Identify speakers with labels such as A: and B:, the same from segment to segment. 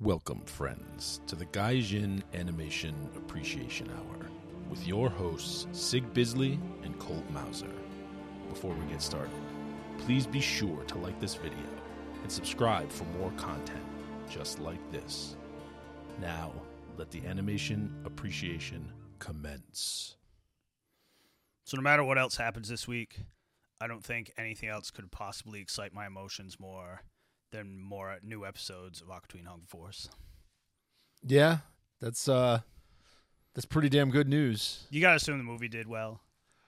A: Welcome, friends, to the Gaijin Animation Appreciation Hour with your hosts, Sig Bisley and Colt Mauser. Before we get started, please be sure to like this video and subscribe for more content just like this. Now, let the animation appreciation commence.
B: So no matter what else happens this week, I don't think anything else could possibly excite my emotions more than more uh, new episodes of Aquatine Hung Force.
C: Yeah, that's uh, that's pretty damn good news.
B: You gotta assume the movie did well.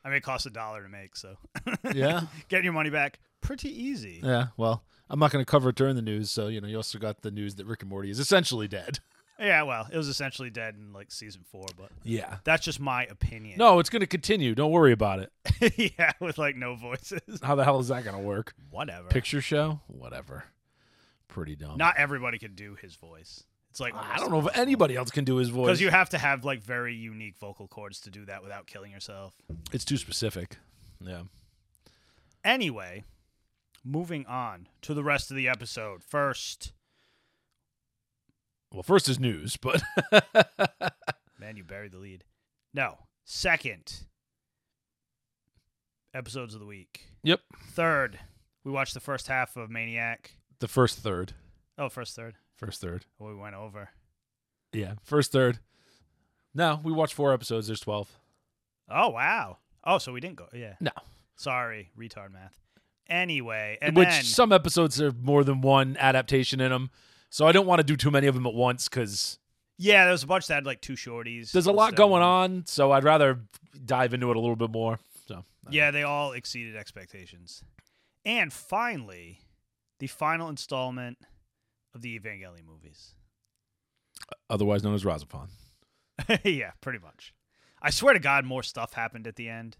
B: I mean, it cost a dollar to make, so
C: Yeah,
B: getting your money back pretty easy.
C: yeah. Well, I'm not going to cover it during the news, so you know you also got the news that Rick and Morty is essentially dead.
B: Yeah, well, it was essentially dead in like season four, but
C: Yeah.
B: that's just my opinion.
A: No, it's going to continue. Don't worry about it.
B: yeah, with like no voices.
A: How the hell is that going to work?
B: Whatever.
A: Picture show? Whatever. Pretty dumb.
B: Not everybody can do his voice. It's like
A: I don't know if anybody else can do his voice.
B: because you have to have like very unique vocal cords to do that without killing yourself.
A: It's too specific. Yeah.
B: Anyway, moving on to the rest of the episode. First,
A: Well, first is news, but
B: man, you buried the lead. No. Second, episodes of the week.
A: yep,
B: Third, we watched the first half of Maniac.
A: the first third,
B: Oh, first third.
A: first third,
B: We went over.
A: yeah, first third. No, we watched four episodes. There's twelve.
B: Oh, wow. Oh, so we didn't go. Yeah.
A: No,
B: Sorry, retard math. Anyway, and
A: which
B: then
A: some episodes are more than one adaptation in them, so I don't want to do too many of them at once because
B: yeah, there was a bunch that had like two shorties.
A: there's a lot
B: So-
A: going on. So I'd rather dive into it a little bit more. So I
B: Yeah, they all exceeded expectations. And finally, the final installment of the Evangelion movies.
A: otherwise known as Razapon.
B: yeah, pretty much. I swear to God, more stuff happened at the end.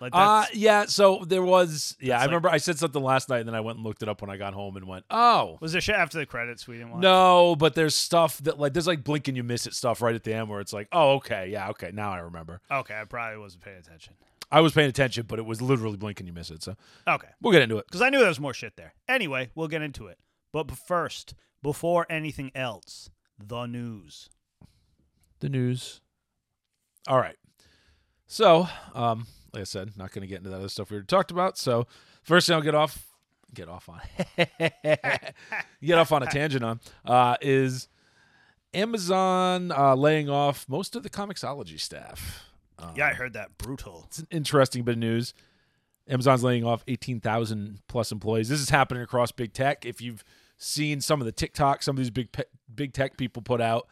B: Like
A: Uh
B: that's,
A: yeah. So there was yeah.
B: that's
A: I
B: like-
A: remember I said something last night, and then I went and looked it up when I got home and went, oh,
B: was there shit after the credits we didn't watch?
A: No, but there's stuff that like there's like blink and you miss it stuff right at the end where it's like, oh okay, yeah, okay, now I remember.
B: Okay, I probably wasn't paying attention.
A: I was paying attention, but it was literally blink and you miss it. So
B: Okay,
A: we'll get into it.
B: because I knew there was more shit there. Anyway, we'll get into it. But b- first, before anything else, the news.
A: The news. All right. So, um, like I said, not gonna get into that other stuff we already talked about. So first thing I'll get off get off on get off on a tangent on uh is Amazon uh laying off most of the comicsology staff.
B: Yeah, I heard that brutal.
A: it's an interesting bit of news. Amazon's laying off 18,000 plus employees. This is happening across big tech. If you've seen some of the TikTok, some of these big pe- big tech people put out,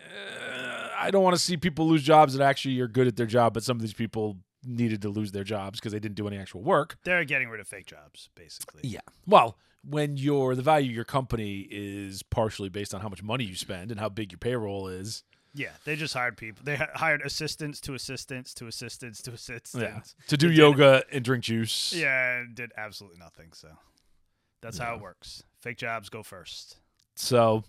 A: uh, I don't want to see people lose jobs that actually are good at their job, but some of these people needed to lose their jobs because they didn't do any actual work.
B: They're getting rid of fake jobs, basically.
A: Yeah. Well, when your the value of your company is partially based on how much money you spend and how big your payroll is,
B: Yeah, they just hired people. They hi- hired assistants to assistants to assistants to assistants.
A: yeah, to do yoga and drink juice.
B: Yeah, and did absolutely nothing. So that's how it works. Fake jobs go first.
A: So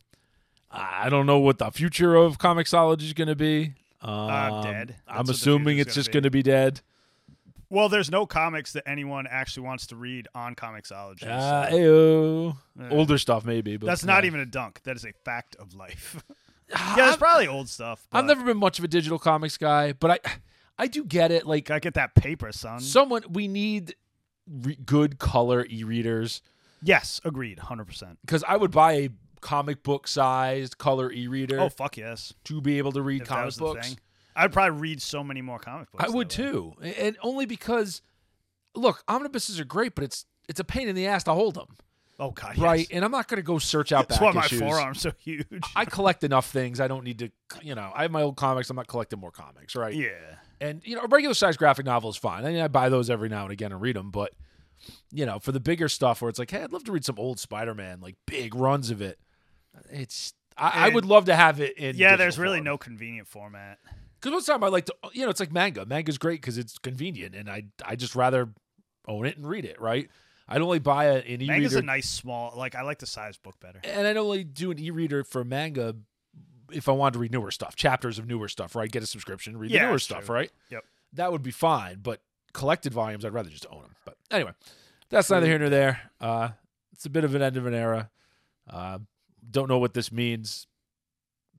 A: I don't know what the future of comicsology is going to be. Um,
B: dead. That's
A: I'm
B: what the
A: assuming
B: future's
A: it's
B: gonna
A: just
B: be.
A: going to be dead.
B: Well, there's no comics that anyone actually wants to read on Comixology.
A: Uh,
B: so
A: ayo.
B: Yeah.
A: Older stuff, maybe. But
B: that's not
A: yeah.
B: even a dunk. That is a fact of life. yeah, it's probably old stuff. But
A: I've never been much of a digital comics guy, but I, I do get it. Like
B: gotta get that paper, son.
A: someone, we need re- good color e-readers
B: yes, agreed, hundred percent.
A: because I would buy a comic book sized color e-reader
B: Oh fuck yes!
A: to be able to read
B: If that
A: comic
B: was
A: books.
B: the thing, I'd probably read so many more comic books.
A: I would
B: that way.
A: too, A- and only because, look, omnibuses are great, but it's it's a pain in the ass to hold them.
B: Oh god,
A: right?
B: yes.
A: And I'm not going to go search out
B: That's
A: back
B: why my
A: issues.
B: forearm's so huge.
A: I collect enough things. I don't need to, you know. I have my old comics. I'm not collecting more comics, right?
B: yeah.
A: And you know, a regular size graphic novel is fine. I mean, I buy those every now and again and read them, but you know, for the bigger stuff where it's like, hey, I'd love to read some old Spider-Man, like big runs of it. It's I, I
B: And-
A: would love to have it in.
B: Yeah, there's really no convenient format.
A: because most of the time I like to, uh, you know, it's like manga. Manga's great because it's convenient, and I I just rather own it and read it, right? I'd only buy a, an e-reader
B: Manga's a nice small. Like I like the size book better.
A: and I'd only do an e-reader for manga if I wanted to read newer stuff, chapters of newer stuff, right? Get a subscription, read
B: Yeah,
A: the newer
B: that's
A: stuff,
B: true.
A: right?
B: Yep.
A: That would be fine, but collected volumes, I'd rather just own them. But anyway, that's neither here nor there. Uh, it's a bit of an end of an era. Uh, don't know what this means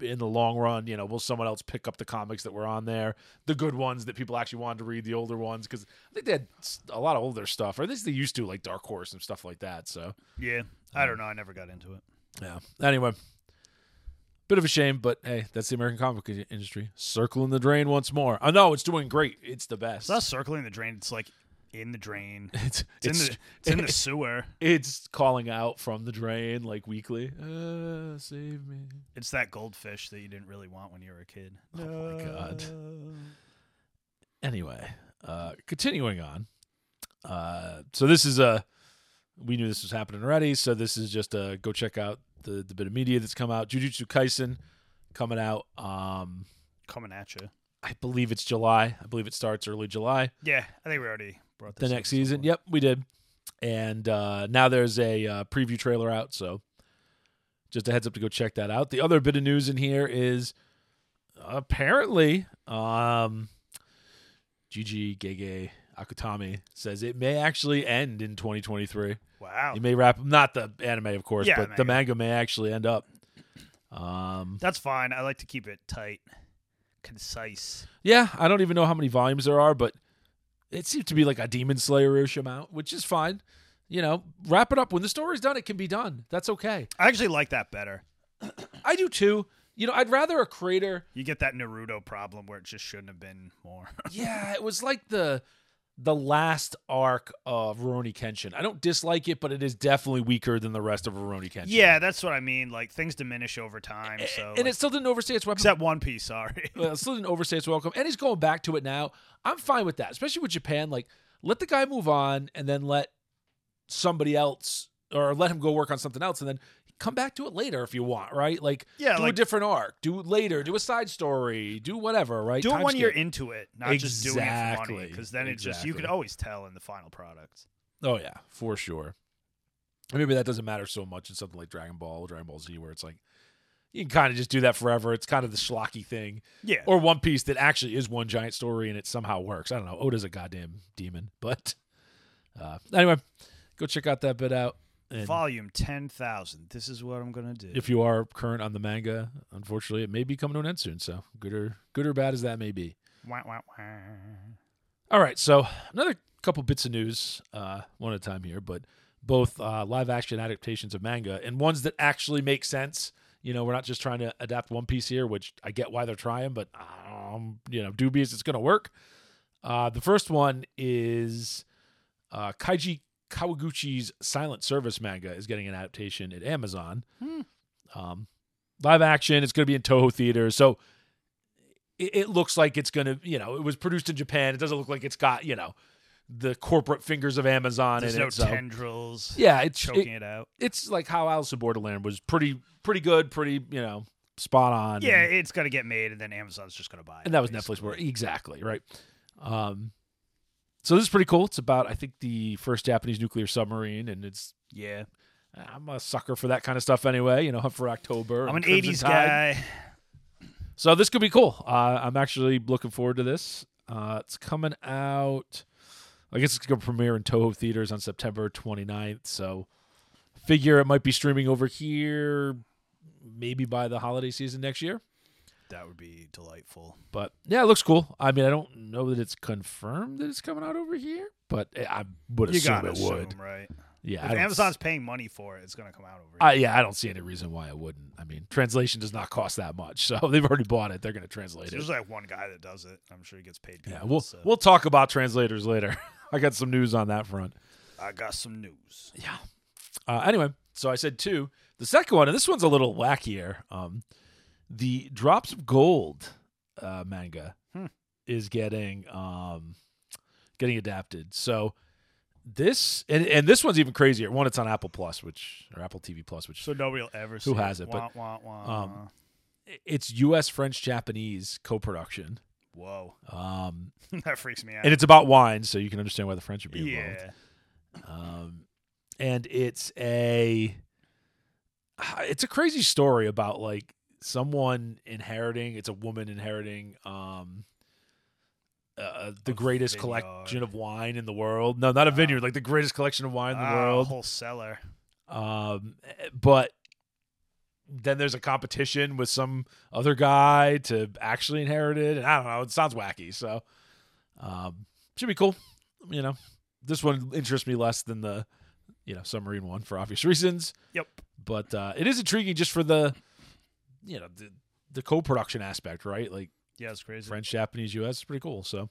A: in the long run. You know, will someone else pick up the comics that were on there, the good ones that people actually wanted to read, the older ones? Because I think they had s- a lot of older stuff, or at least they used to, like Dark Horse and stuff like that. So
B: Yeah, I don't know. I never got into it.
A: yeah. Anyway, bit of a shame, but hey, that's the American comic i- industry circling the drain once more. I know it's doing great. It's the best.
B: It's not circling the drain. It's like in the drain. It's,
A: it's
B: in the it's in the sewer.
A: it's calling out from the drain like weekly. Uh, save me.
B: It's that goldfish that you didn't really want when you were a kid. Uh,
A: Oh my god. Anyway, uh, continuing on. Uh, so this is a we knew this was happening already. So this is just a go check out the the bit of media that's come out. Jujutsu Kaisen coming out. Um,
B: Coming at you.
A: I believe it's July. I believe it starts early July.
B: Yeah, I think we already brought
A: the
B: this
A: next
B: up
A: season.
B: somewhere.
A: Yep, we did. And uh, now there's a uh, preview trailer out, so just a heads up to go check that out. The other bit of news in here is apparently um, Gigi Gege Akutami says it may actually end in 2023.
B: Wow,
A: It may wrap not the anime, of course,
B: Oh. Yeah,
A: but
B: the
A: the manga may actually end up. Um,
B: that's fine. I like to keep it tight, concise.
A: yeah, I don't even know how many volumes there are, but it seems to be like a Demon Slayer-ish amount, which is fine. You know, wrap it up. When the story's done, it can be done. That's okay.
B: I actually like that better.
A: I do too. You know, I'd rather a creator.
B: You get that Naruto problem where it just shouldn't have been more.
A: Yeah, it was like the the last arc of Rurouni Kenshin. I don't dislike it, but it is definitely weaker than the rest of Rurouni Kenshin.
B: yeah, that's what I mean. Like things diminish over time. So
A: and
B: like-
A: it still didn't overstay its welcome.
B: except One Piece. Sorry.
A: uh, still didn't overstay its welcome, and he's going back to it now. I'm fine with that, especially with Japan. Like, let the guy move on, and then let somebody else, or let him go work on something else, and then come back to it later if you want, right? Like,
B: Yeah,
A: do a
B: like
A: different arc, do it later, do a side story, do whatever, right?
B: do it
A: Time
B: when you're
A: skip.
B: into it, not just doing it for money.
A: Exactly.
B: Because then it just you
A: Exactly.
B: could always tell in the final product.
A: Oh yeah, for sure. And Maybe that doesn't matter so much in something like Dragon Ball, Dragon Ball Z, where it's like you can kind of just do that forever. It's kind of the schlocky thing.
B: Yeah.
A: or One Piece that actually is one giant story and it somehow works. I don't know. Oda's a goddamn demon, but uh, anyway, go check out that bit out. And
B: Volume 10,000. This is what I'm going to do.
A: if you are current on the manga, unfortunately, it may be coming to an end soon. So good or good or bad as that may be.
B: Wah, wah, wah.
A: All right, so another couple bits of news, uh, one at a time here, but both uh, live action adaptations of manga and ones that actually make sense. You know, we're not just trying to adapt One Piece here, which I get why they're trying, but um, you know, dubious it's going to work. Uh, the first one is uh, Kaiji Kawaguchi's Silent Service manga is getting an adaptation at Amazon.
B: Hmm.
A: Um, live action. It's going to be in Toho Theater. So it, it looks like it's going to, you know, it was produced in Japan. It doesn't look like it's got, you know, the corporate fingers of Amazon
B: There's
A: in
B: no
A: it. So
B: tendrils
A: yeah, it's
B: choking
A: it-
B: it, out.
A: it's like how Alice in Borderland was pretty pretty good, pretty you know spot on.
B: Yeah,
A: and,
B: it's going to get made, and then Amazon's just going to buy it.
A: and that was
B: basically.
A: Netflix. Where, E exactly right. Um, so this is pretty cool. It's about I think the first Japanese nuclear submarine, and it's
B: Yeah.
A: I'm a sucker for that kind of stuff anyway. You know, for October.
B: I'm
A: and
B: an
A: Crimson
B: 80s
A: Tide.
B: guy.
A: So this could be cool. Uh, I'm actually looking forward to this. Uh, it's coming out. I guess it's going to premiere in Toho theaters on September 29th. So figure it might be streaming over here, maybe by the holiday season next year.
B: That would be delightful.
A: But yeah, it looks cool. I mean, I don't know that it's confirmed that it's coming out over here, but I- I would
B: you
A: assume
B: got
A: it
B: to assume,
A: would.
B: right?
A: Yeah, I
B: if
A: don't s-
B: Amazon's paying money for it, it's going to come out over here.
A: I, yeah, I don't see any reason why it wouldn't. I mean, translation does not cost that much, so they've already bought it. They're going to translate it.
B: There's like one guy that does it. I'm sure he gets paid.
A: Yeah,
B: peanuts,
A: we'll
B: so.
A: we'll talk about translators later. I got some news on that front.
B: I got some news.
A: Yeah. Uh, anyway, so I said two. The second one, and this one's a little wackier. Um, the Drops of Gold uh, manga
B: Hmm.
A: is getting um, getting adapted. So this and, and this one's even crazier. One, it's on Apple Plus, which or Apple TV Plus, which
B: So nobody will ever see
A: has it,
B: Wah,
A: but,
B: wah, wah.
A: um, it's U.S. French Japanese co-production.
B: Whoa.
A: Um,
B: that freaks me out.
A: and it's about wine, so you can understand why the French would be involved.
B: yeah.
A: um, and it's a it's a crazy story about like someone inheriting it's a woman inheriting um uh, the
B: A
A: greatest
B: vineyard. Ah.
A: collection of wine in the world no not a
B: Wow.
A: vineyard like the greatest collection of wine in the
B: Ah,
A: world
B: wholesaler.
A: um but Um, eh, then there's a competition with some other guy to actually inherit it. And I don't know. It sounds wacky. So um, should be cool. You know, this one interests me less than the you know submarine one for obvious reasons.
B: Yep.
A: But uh, it is intriguing just for the you know the, the co-production aspect, right? Like
B: Yeah, it's crazy.
A: French, Japanese, U.S. It's pretty cool. So,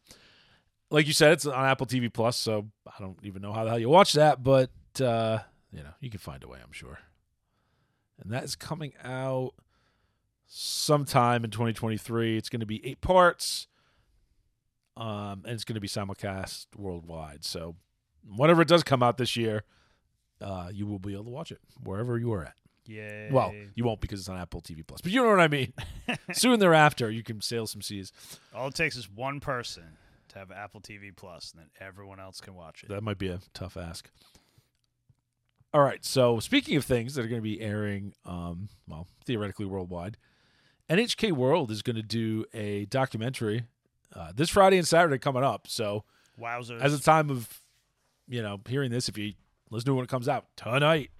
A: like you said, it's on Apple TV Plus. So I don't even know how the hell you watch that, but uh, you know you can find a way, I'm sure. And that is coming out sometime in 2023. It's going to be eight parts, um, and it's going to be simulcast worldwide. So, whenever it does come out this year, uh, you will be able to watch it wherever you are at.
B: Yeah.
A: Well, you won't because it's on Apple TV Plus, but you know what I mean. Soon thereafter, you can sail some seas.
B: all it takes is one person to have Apple TV Plus, and then everyone else can watch it.
A: That might be a tough ask. All right. So speaking of things that are going to be airing, um, well, theoretically worldwide, NHK World is going to do a documentary uh, this Friday and Saturday coming up. So
B: Wowzers!
A: as a time of, you know, hearing this, if you let's do it when it comes out tonight,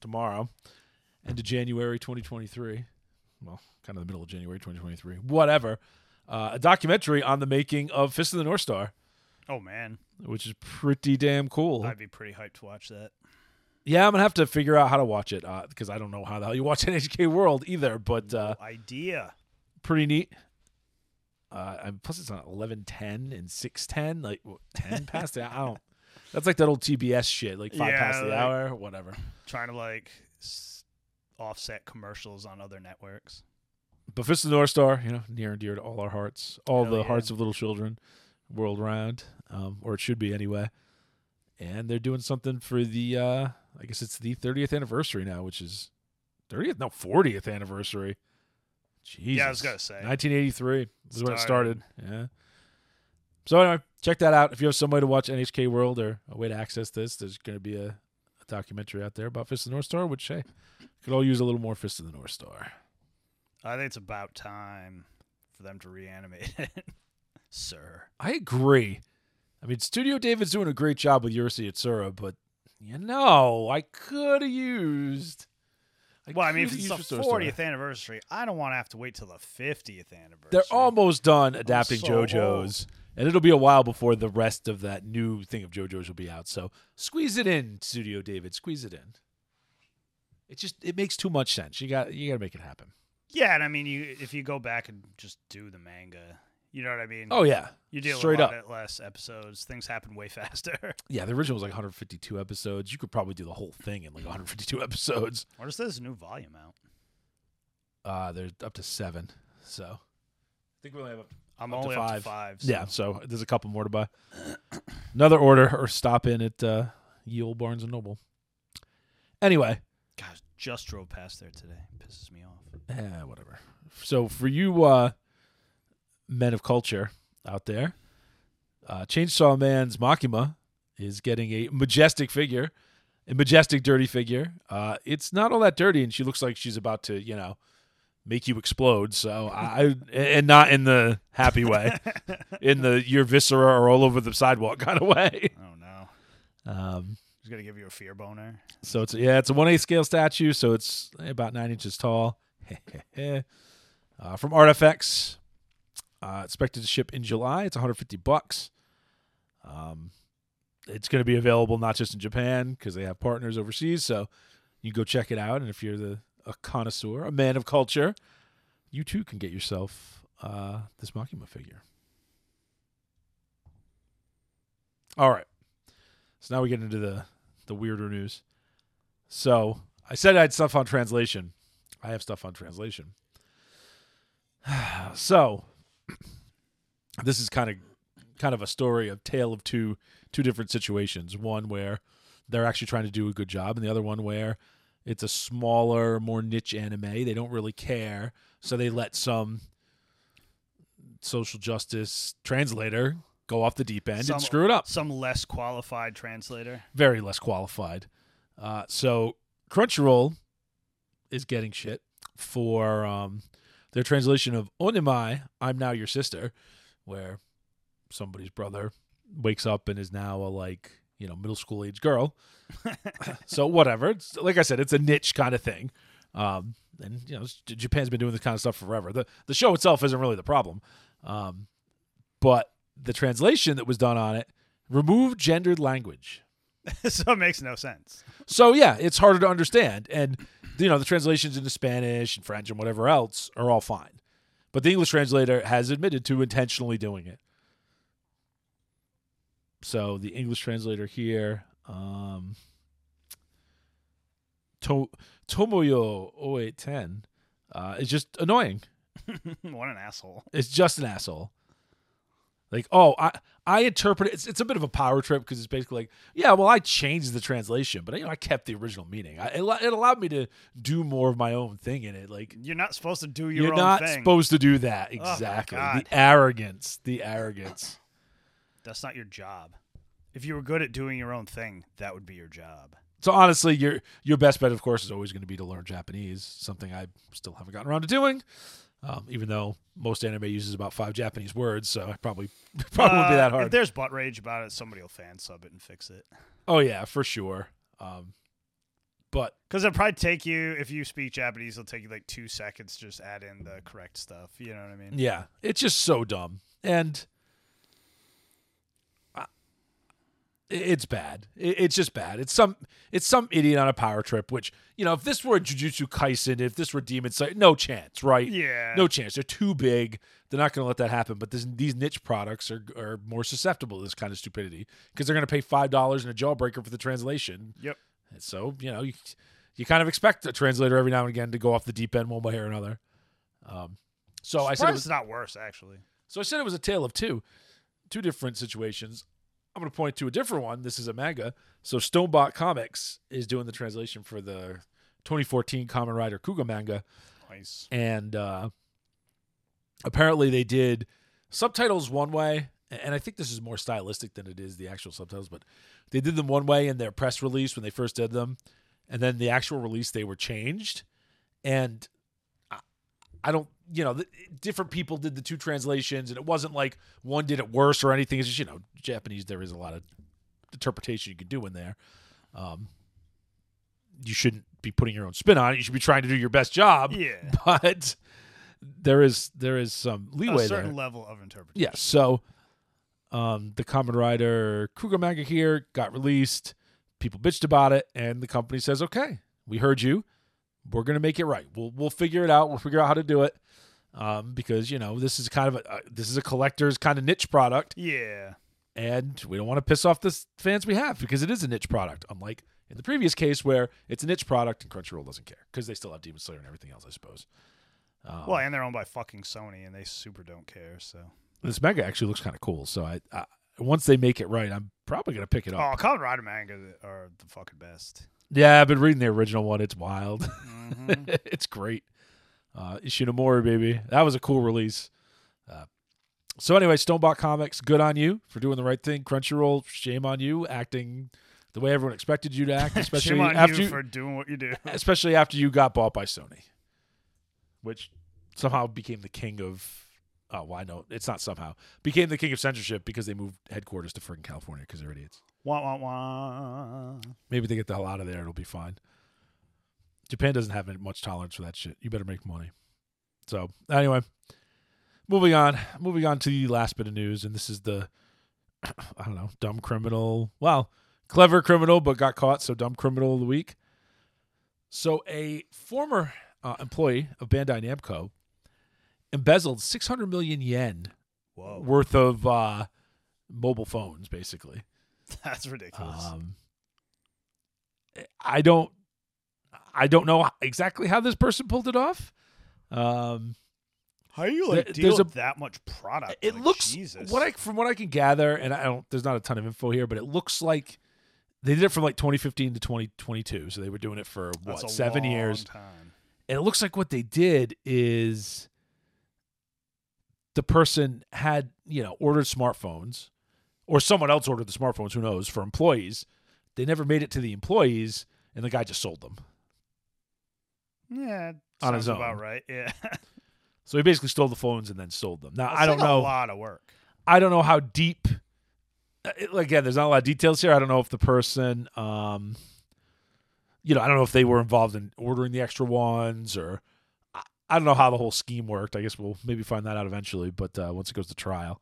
A: tomorrow, end of January 2023. Well, kind of the middle of January 2023. Whatever. Uh, a documentary on the making of Fist of the North Star,
B: oh man,
A: which is pretty damn cool.
B: I'd be pretty hyped to watch that.
A: Yeah, I'm gonna have to figure out how to watch it because I don't know how the hell you watch NHK World either. But uh,
B: Idea.
A: pretty neat. Uh, and plus, it's on eleven ten and six ten, like what, ten past the. I don't. That's like that old TBS shit, like five
B: Yeah,
A: past the
B: like-
A: hour, whatever.
B: Trying to like s- offset commercials on other networks.
A: But Fist of the North Star, you know, near and dear to all our hearts, all
B: Hell
A: the
B: yeah.
A: hearts of little children, world round, um, or it should be anyway. And they're doing something for the, uh, I guess it's the 30th anniversary now, which is 30th, no, 40th anniversary. Jesus.
B: Yeah, I was gonna say.
A: 1983 is when it started.
B: Started.
A: Yeah. So anyway, check that out. If you have some way to watch NHK World or a way to access this, there's going to be a, a documentary out there about Fist of the North Star, which hey, could all use a little more Fist of the North Star.
B: I think it's about time for them to reanimate it, sir.
A: I agree. I mean, Studio David's doing a great job with Yursi Yatsura, but you know, I could have used.
B: well, I mean, if
A: coulda
B: it's
A: used
B: the
A: Fist of North Star.
B: 40th anniversary, I don't want to have to wait till the 50th anniversary.
A: They're almost done adapting
B: so
A: JoJo's, and it'll be a while before the rest of that new thing of JoJo's will be out. So squeeze it in, Studio David. Squeeze it in. It just it makes too much sense. You got you got to make it happen.
B: Yeah, and I mean, you if you go back and just do the manga, you know what I mean?
A: Oh yeah,
B: you deal
A: straight
B: with a lot
A: up.
B: of less episodes. Things happen way faster.
A: yeah. The original was like 152 episodes. You could probably do the whole thing in like 152 episodes.
B: what is this new volume out?
A: Uh, there's up to seven. So I think we only have up to
B: I'm
A: Up to
B: only up to
A: five.
B: five. so-
A: Yeah, so there's a couple more to buy. Another order or stop in at uh, ye olde Barnes and Noble. Anyway,
B: Gosh, just drove past there today. Pisses me off.
A: eh, whatever. So for you uh, men of culture out there, uh, Chainsaw Man's Makima is getting a majestic figure, a majestic dirty figure. Uh, it's not all that dirty, and she looks like she's about to, you know, make you explode. So I and not in the happy way, in the your viscera are all over the sidewalk kind of way.
B: Oh, no.
A: Um,
B: He's going to give you a fear boner.
A: so it's yeah, it's a one eighth scale statue, so it's eh, about nine inches tall. uh, from Artifacts, uh, expected to ship in July. It's 150 bucks. Um, it's going to be available not just in Japan because they have partners overseas. So you can go check it out, and if you're the a connoisseur, a man of culture, you too can get yourself uh, this Makima figure. All right, so now we get into the the weirder news. So I said I had stuff on translation. I have stuff on translation. so this is kind of kind of a story of tale of two two different situations. One where they're actually trying to do a good job, and the other one where it's a smaller, more niche anime. They don't really care, so they let some social justice translator go off the deep end
B: Some-
A: and screw it up
B: Some less qualified translator.
A: very less qualified. Uh, so Crunchyroll is getting shit for um, their translation of Onemai, I'm Now Your Sister, where somebody's brother wakes up and is now a like, you know, middle school age girl. so whatever. It's, like I said, it's a niche kind of thing. Um, and you know, s- J- Japan's been doing this kind of stuff forever. the The show itself isn't really the problem, um, but the translation that was done on it removed gendered language.
B: so it makes no sense.
A: So yeah, it's harder to understand, and you know the translations into Spanish and French and whatever else are all fine, but the English translator has admitted to intentionally doing it. So the English translator here, um, to- Tomoyo 0810, uh, is just annoying.
B: what an asshole.
A: It's just an asshole. Like, oh, I I interpret it. It's, it's a bit of a power trip because it's basically like, yeah, well, I changed the translation, but you know, I kept the original meaning. I, it, allo- it allowed me to do more of my own thing in it. Like,
B: You're not supposed to do your
A: you're
B: own
A: not
B: thing. Oh
A: supposed to do that.
B: my
A: Exactly.
B: God.
A: the arrogance. The arrogance.
B: That's not your job. If you were good at doing your own thing, that would be your job.
A: So honestly, your your best bet, of course, is always going to be to learn Japanese. Something I still haven't gotten around to doing, um, even though most anime uses about five Japanese words. So I probably probably won't be
B: Uh,
A: that
B: If
A: hard.
B: there's butt rage about it, somebody will fan sub it and fix it.
A: Oh yeah, for sure. Um, but
B: Because it'll probably take you, if you speak Japanese, it'll take you like two seconds to just add in the correct stuff. You know what I mean?
A: yeah, it's just so dumb, and I- it's bad. It- It's just bad. It's some it's some idiot on a power trip. Which you know, if this were Jujutsu Kaisen, if this were Demon Slayer, no chance, right?
B: Yeah.
A: No chance. They're too big. They're not going to let that happen. But this, these niche products are, are more susceptible to this kind of stupidity because they're going to pay five dollars and a jawbreaker for the translation.
B: Yep.
A: And so you know you you kind of expect a translator every now and again to go off the deep end one way or another. Um, so I said it
B: Surprised
A: was,
B: it's not worse, actually.
A: so I said it was a tale of two, two different situations. I'm going to point to a different one. This is a manga. So Stonebot Comics is doing the translation for the 2014 Common Rider Kuga manga,
B: Nice.
A: and uh, apparently they did subtitles one way and i think this is more stylistic than it is the actual subtitles but they did them one way in their press release when they first did them and then the actual release they were changed and I- i don't you know th- different people did the two translations and it wasn't like one did it worse or anything it's just you know japanese there is a lot of interpretation you can do in there um, you shouldn't be putting your own spin on it you should be trying to do your best job
B: Yeah.
A: but there is there is some leeway
B: a certain
A: there.
B: level of interpretation.
A: Yeah, so um, the Common Rider Cougar manga here got released. People bitched about it, and the company says, "Okay, we heard you. We're gonna make it right. We'll we'll figure it out. We'll figure out how to do it." Um, because you know this is kind of a uh, this is a collector's kind of niche product,
B: Yeah.
A: and we don't want to piss off the s- fans we have because it is a niche product. Unlike in the previous case where it's a niche product and Crunchyroll doesn't care because they still have Demon Slayer and everything else, I suppose. Um,
B: Well, and they're owned by fucking Sony, and they super don't care. So,
A: this manga actually looks kind of cool. So I, I once they make it right, I'm probably gonna pick it up.
B: oh, Kamen Rider manga are the fucking best.
A: Yeah, I've been reading the original one. It's wild.
B: Mhm.
A: it's great. Uh, Ishinomori, baby, that was a cool release. Uh, so anyway, Stonebot Comics, good on you for doing the right thing. Crunchyroll, shame on you acting the way everyone expected you to act, especially
B: Shame on
A: after
B: you
A: you-
B: for doing what you do.
A: especially after you got bought by Sony, which somehow became the king of. Oh, well, I know it's not somehow became the king of censorship because they moved headquarters to freaking California because they're idiots.
B: Wah wah wah.
A: Maybe they get the hell out of there; it'll be fine. Japan doesn't have much tolerance for that shit. You better make money. So anyway, moving on, moving on to the last bit of news, and this is the I don't know, dumb criminal. Well, clever criminal, but got caught, so dumb criminal of the week. So a former uh, employee of Bandai Namco embezzled 600 million yen
B: Whoa,
A: worth of uh, mobile phones, basically.
B: that's ridiculous.
A: Um, I don't, I don't know exactly how this person pulled it off. Um,
B: How do you like
A: there-
B: deal
A: there's a-
B: with that much product?
A: it
B: Like,
A: looks
B: Jesus.
A: what I from what I can gather, and I don't. There's not a ton of info here, but it looks like they did it from like 2015 to 2022. So they were doing it for
B: That's
A: what
B: a
A: seven
B: long
A: years,
B: Time.
A: and it looks like what they did is the person had you know ordered smartphones or someone else ordered the smartphones who knows for employees they never made it to the employees and the guy just sold them
B: Yeah, it
A: On his
B: sounds about
A: own.
B: right. Yeah,
A: so he basically stole the phones and then sold them now
B: It's
A: i don't
B: like
A: know
B: A lot of work.
A: i don't know how deep uh, it- again there's not a lot of details here i don't know if the person um you know, I don't know if they were involved in ordering the extra ones or I, I don't know how the whole scheme worked. I guess we'll maybe find that out eventually, but uh, once it goes to trial.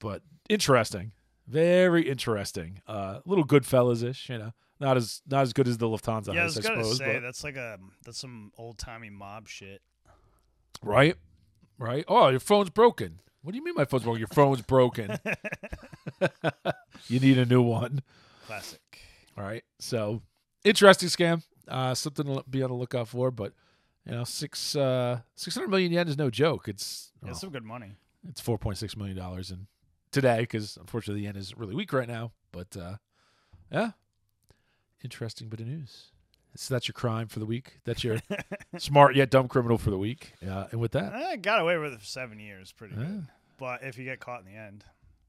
A: But interesting, very interesting. Uh, little Goodfellas ish, you know, not as not as good as the Lufthansa
B: yeah, I
A: heist,
B: was
A: I,
B: gonna
A: suppose.
B: say
A: but-
B: that's like a that's some old timey mob shit.
A: right, right. Oh, your phone's broken. What do you mean my phone's broken? Your phone's broken. you need a new one.
B: Classic.
A: All right. So interesting scam. Uh, something to l- be on the lookout for, but you know, six uh, six hundred million yen is no joke. It's
B: Yeah,
A: well,
B: It's some good money.
A: it's four point six million dollars in today because unfortunately the yen is really weak right now. But uh, yeah, interesting bit of news. So that's your crime for the week. That's your smart yet dumb criminal for the week. Uh, and with that,
B: I got away with it for seven years, pretty
A: Yeah.
B: good. But if you get caught in the end,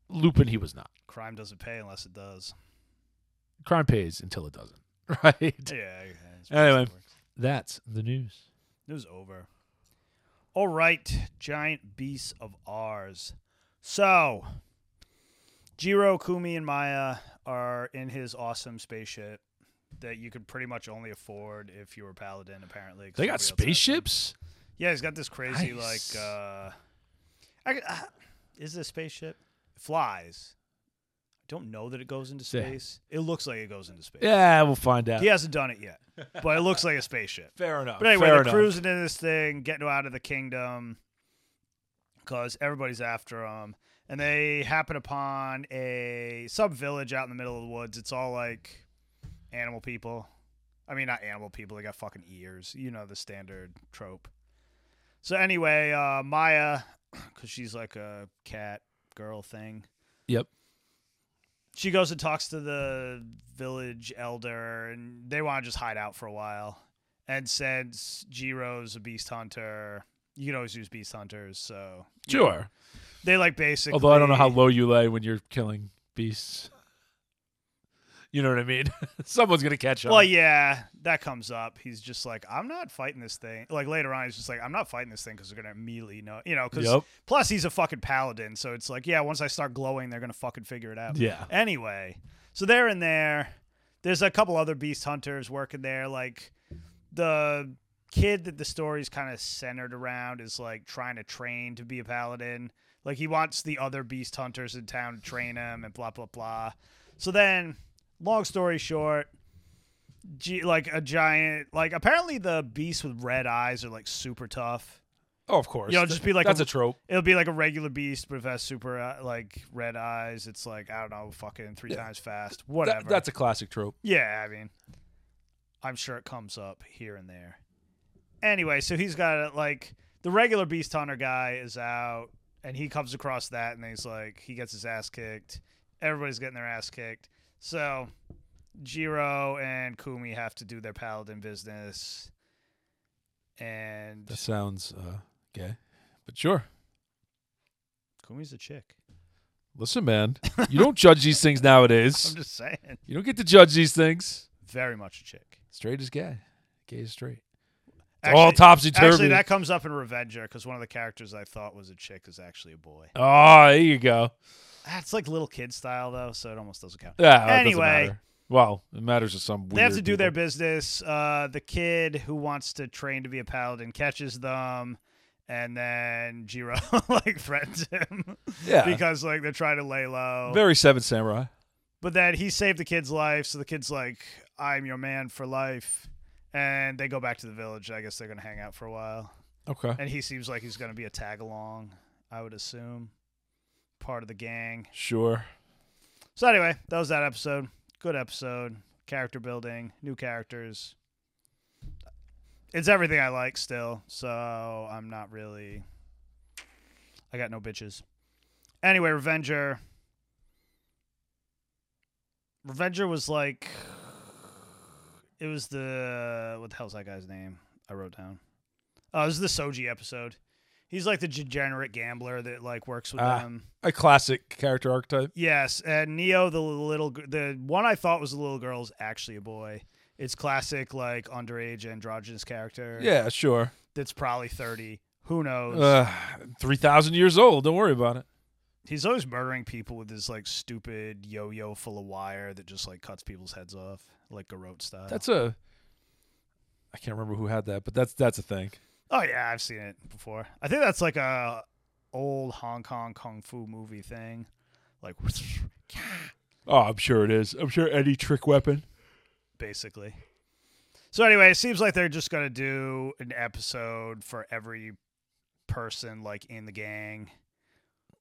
A: Lupin he was not.
B: crime doesn't pay unless it does.
A: Crime pays until it doesn't. Right.
B: Yeah. yeah, it's pretty
A: Anyway.
B: simple.
A: That's the news.
B: It was over. All right, giant beasts of ours. So, Jiro, Kumi, and Maya are in his awesome spaceship that you could pretty much only afford if you were Paladin, apparently. 'cause
A: They got
B: nobody else has them.
A: spaceships.
B: Yeah, he's got this crazy,
A: Nice.
B: like, uh, I, uh, is this spaceship? It flies. I don't know that it goes into
A: Yeah.
B: space. It looks like it goes into space.
A: Yeah, we'll find out.
B: He hasn't done it yet, but it looks like a spaceship.
A: Fair enough.
B: But anyway,
A: Fair
B: they're
A: enough.
B: cruising in this thing, getting out of the kingdom, because everybody's after them. And they happen upon a sub village out in the middle of the woods. It's all like animal people. I mean, not animal people. They got fucking ears. You know the standard trope. So anyway, uh, Maya, because she's like a cat girl thing.
A: Yep.
B: She goes and talks to the village elder, and they want to just hide out for a while. And since Jiro's a beast hunter, you can always use beast hunters. So
A: Sure.
B: they like basically.
A: Although I don't know how low you lay when you're killing beasts. You know what I mean? Someone's gonna catch up.
B: Well, yeah, that comes up. He's just like, I'm not fighting this thing. Like later on, he's just like, I'm not fighting this thing because they're gonna immediately know, you know. Because
A: Yep.
B: plus, he's a fucking paladin, so it's like, yeah, once I start glowing, they're gonna fucking figure it out.
A: Yeah.
B: Anyway, so they're in there. There's a couple other beast hunters working there. Like the kid that the story's kind of centered around is like trying to train to be a paladin. Like he wants the other beast hunters in town to train him and blah blah blah. So then, long story short, G- like a giant, like apparently the beasts with red eyes are like super tough.
A: Oh, of course.
B: You know, just be like
A: that's
B: a-
A: a trope.
B: It'll be like a regular beast, but if it has super uh, like red eyes, it's like I don't know, fucking three times fast,
A: That-
B: whatever.
A: that's a classic trope.
B: yeah, I mean, I'm sure it comes up here and there. Anyway, so he's got it like the regular beast hunter guy is out, and he comes across that, and he's like, he gets his ass kicked. Everybody's getting their ass kicked. So Jiro and Kumi have to do their paladin business, and
A: That sounds uh, gay, but sure.
B: Kumi's a chick.
A: Listen, man, you don't judge these things nowadays.
B: I'm just saying,
A: You don't get to judge these things.
B: very much a chick.
A: Straight is gay. Gay is straight. It's
B: Actually-
A: all topsy
B: Actually,
A: turvy.
B: that comes up in Revenger because one of the characters I thought was a chick is actually a boy.
A: oh, there you go.
B: Ah, It's like little kid style though, so it almost doesn't count.
A: Yeah. it doesn't
B: Anyway.
A: matter. well, it matters to some.
B: They have to
A: weird
B: do their
A: people.
B: business. Uh, the kid who wants to train to be a paladin catches them, and then Jiro like threatens him
A: Yeah.
B: because like they're trying to lay low.
A: Very Seven Samurai.
B: But then he saved the kid's life, so the kid's like, "I'm your man for life," and they go back to the village. I guess they're gonna hang out for a while.
A: Okay.
B: And he seems like he's going to be a tag along, I would assume. Part of the gang.
A: Sure.
B: So, anyway, that was that episode. Good episode. Character building, new characters. It's everything I like still. So, I'm not really. I got no bitches. Anyway, Revenger. Revenger was like. It was the. What the hell's that guy's name? I wrote down. Oh, it was the Soji episode. He's like the degenerate gambler that like works with
A: Ah.
B: them.
A: A classic character archetype.
B: Yes, and Neo, the little, g- the one I thought was a little girl is actually a boy. It's classic, like underage androgynous character.
A: Yeah, sure.
B: that's probably thirty. Who knows?
A: Uh, 3,000 years old. Don't worry about it.
B: He's always murdering people with his like stupid yo-yo full of wire that just like cuts people's heads off, like Garrote style.
A: That's a I can't remember who had that, but that's that's a thing.
B: Oh yeah, I've seen it before. I think that's like a old Hong Kong kung fu movie thing. Like
A: Oh, I'm sure it is. I'm sure any trick weapon.
B: basically. So anyway, it seems like they're just gonna do an episode for every person like in the gang.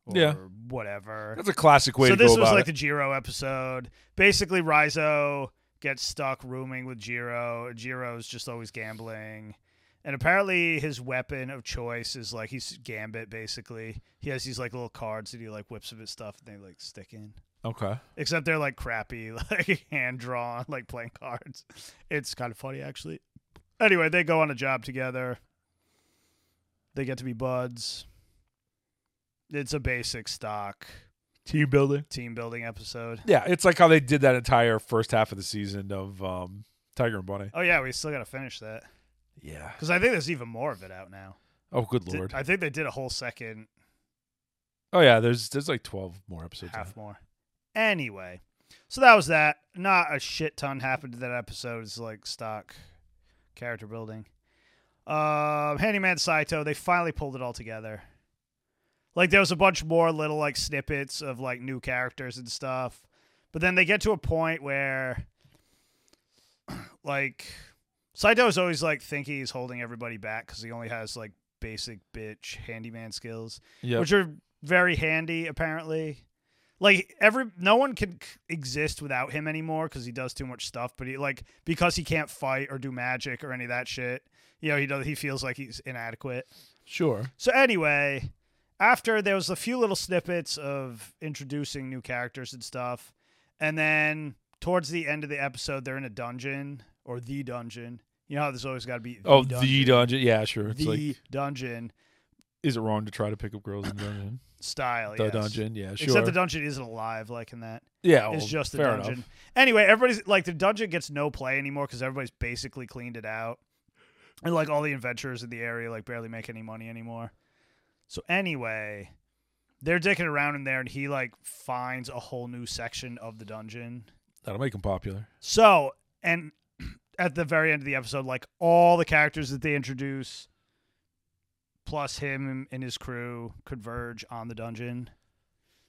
B: Or
A: Yeah.
B: Whatever.
A: That's a classic way
B: so
A: to
B: this
A: go
B: was
A: about
B: like
A: it.
B: the Jiro episode. Basically, Rizo gets stuck rooming with Jiro. Jiro's just always gambling, and apparently his weapon of choice is like he's gambit. Basically, he has these like little cards that he like whips of his stuff and they like stick in.
A: okay.
B: Except they're like crappy, like hand drawn, like playing cards. It's kind of funny actually. Anyway, they go on a job together. They get to be buds. It's a basic stock
A: Team building.
B: team building episode.
A: Yeah, it's like how they did that entire first half of the season of um, Tiger and Bunny.
B: Oh yeah, we still got to finish that
A: Yeah.
B: because I think there's even more of it out now.
A: Oh, good
B: Did-
A: lord.
B: I think they did a whole second
A: oh yeah, there's there's like 12 more episodes. in it.
B: half more. Anyway, so that was that. Not a shit ton happened to that episode. It's like stock character building. Um, Handyman Saito, they finally pulled it all together. Like there was a bunch more little like snippets of like new characters and stuff, but then they get to a point where, like, Saito is always like thinking he's holding everybody back because he only has like basic bitch handyman skills
A: Yep.
B: which are very handy apparently. Like every no one can c- exist without him anymore because he does too much stuff. But he like because he can't fight or do magic or any of that shit. You know he does. He feels like he's inadequate.
A: sure.
B: So anyway, after there was a few little snippets of introducing new characters and stuff, and then towards the end of the episode, they're in a dungeon or the dungeon. You know how there's always got to be
A: oh, the dungeon. Yeah, sure. It's
B: the
A: like
B: dungeon
A: is it wrong to try to pick up girls in the dungeon?
B: style.
A: the
B: yes.
A: dungeon. Yeah, sure.
B: Except the dungeon isn't alive like in that.
A: yeah,
B: It's
A: well,
B: just the
A: fair
B: dungeon.
A: Enough.
B: Anyway, everybody's like the dungeon gets no play anymore because everybody's basically cleaned it out, and like all the adventurers in the area like barely make any money anymore. So anyway, they're dicking around in there, and he like finds a whole new section of the dungeon.
A: That'll make them popular.
B: So and at the very end of the episode, like all the characters that they introduce, plus him and his crew, converge on the dungeon.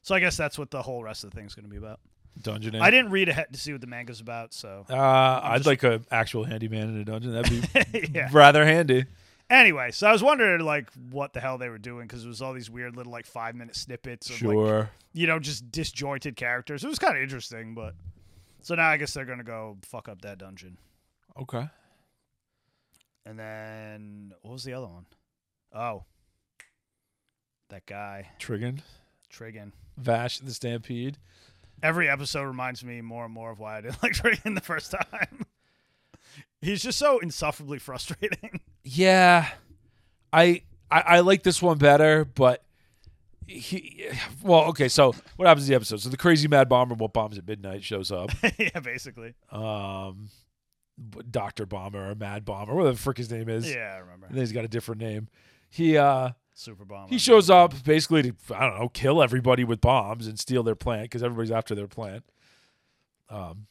B: So I guess that's what the whole rest of the thing's going to be about.
A: Dungeon.
B: I didn't read ahead to see what the manga's about, so
A: Uh, I'd
B: just-
A: like an actual handyman in a dungeon. That'd be
B: yeah.
A: rather handy.
B: Anyway, so I was wondering like what the hell they were doing because it was all these weird little like five minute snippets of like
A: Sure.
B: you know just disjointed characters. It was kind of interesting, but so now I guess they're gonna go fuck up that dungeon.
A: okay.
B: And then what was the other one? Oh, that guy
A: Trigon,
B: Trigon.
A: Vash, the Stampede.
B: Every episode reminds me more and more of why I didn't like Trigon the first time. He's just so insufferably frustrating.
A: Yeah, I, I I like this one better, but he. Well, okay. So what happens in the episode? So the crazy mad bomber, what bombs at midnight, shows up.
B: yeah, basically.
A: Um, Doctor Bomber or Mad Bomber, whatever the frick his name is.
B: Yeah, I
A: I
B: remember.
A: think he's got a different name. He uh
B: Super bomb.
A: he shows up basically to I don't know kill everybody with bombs and steal their plant because everybody's after their plant. Um,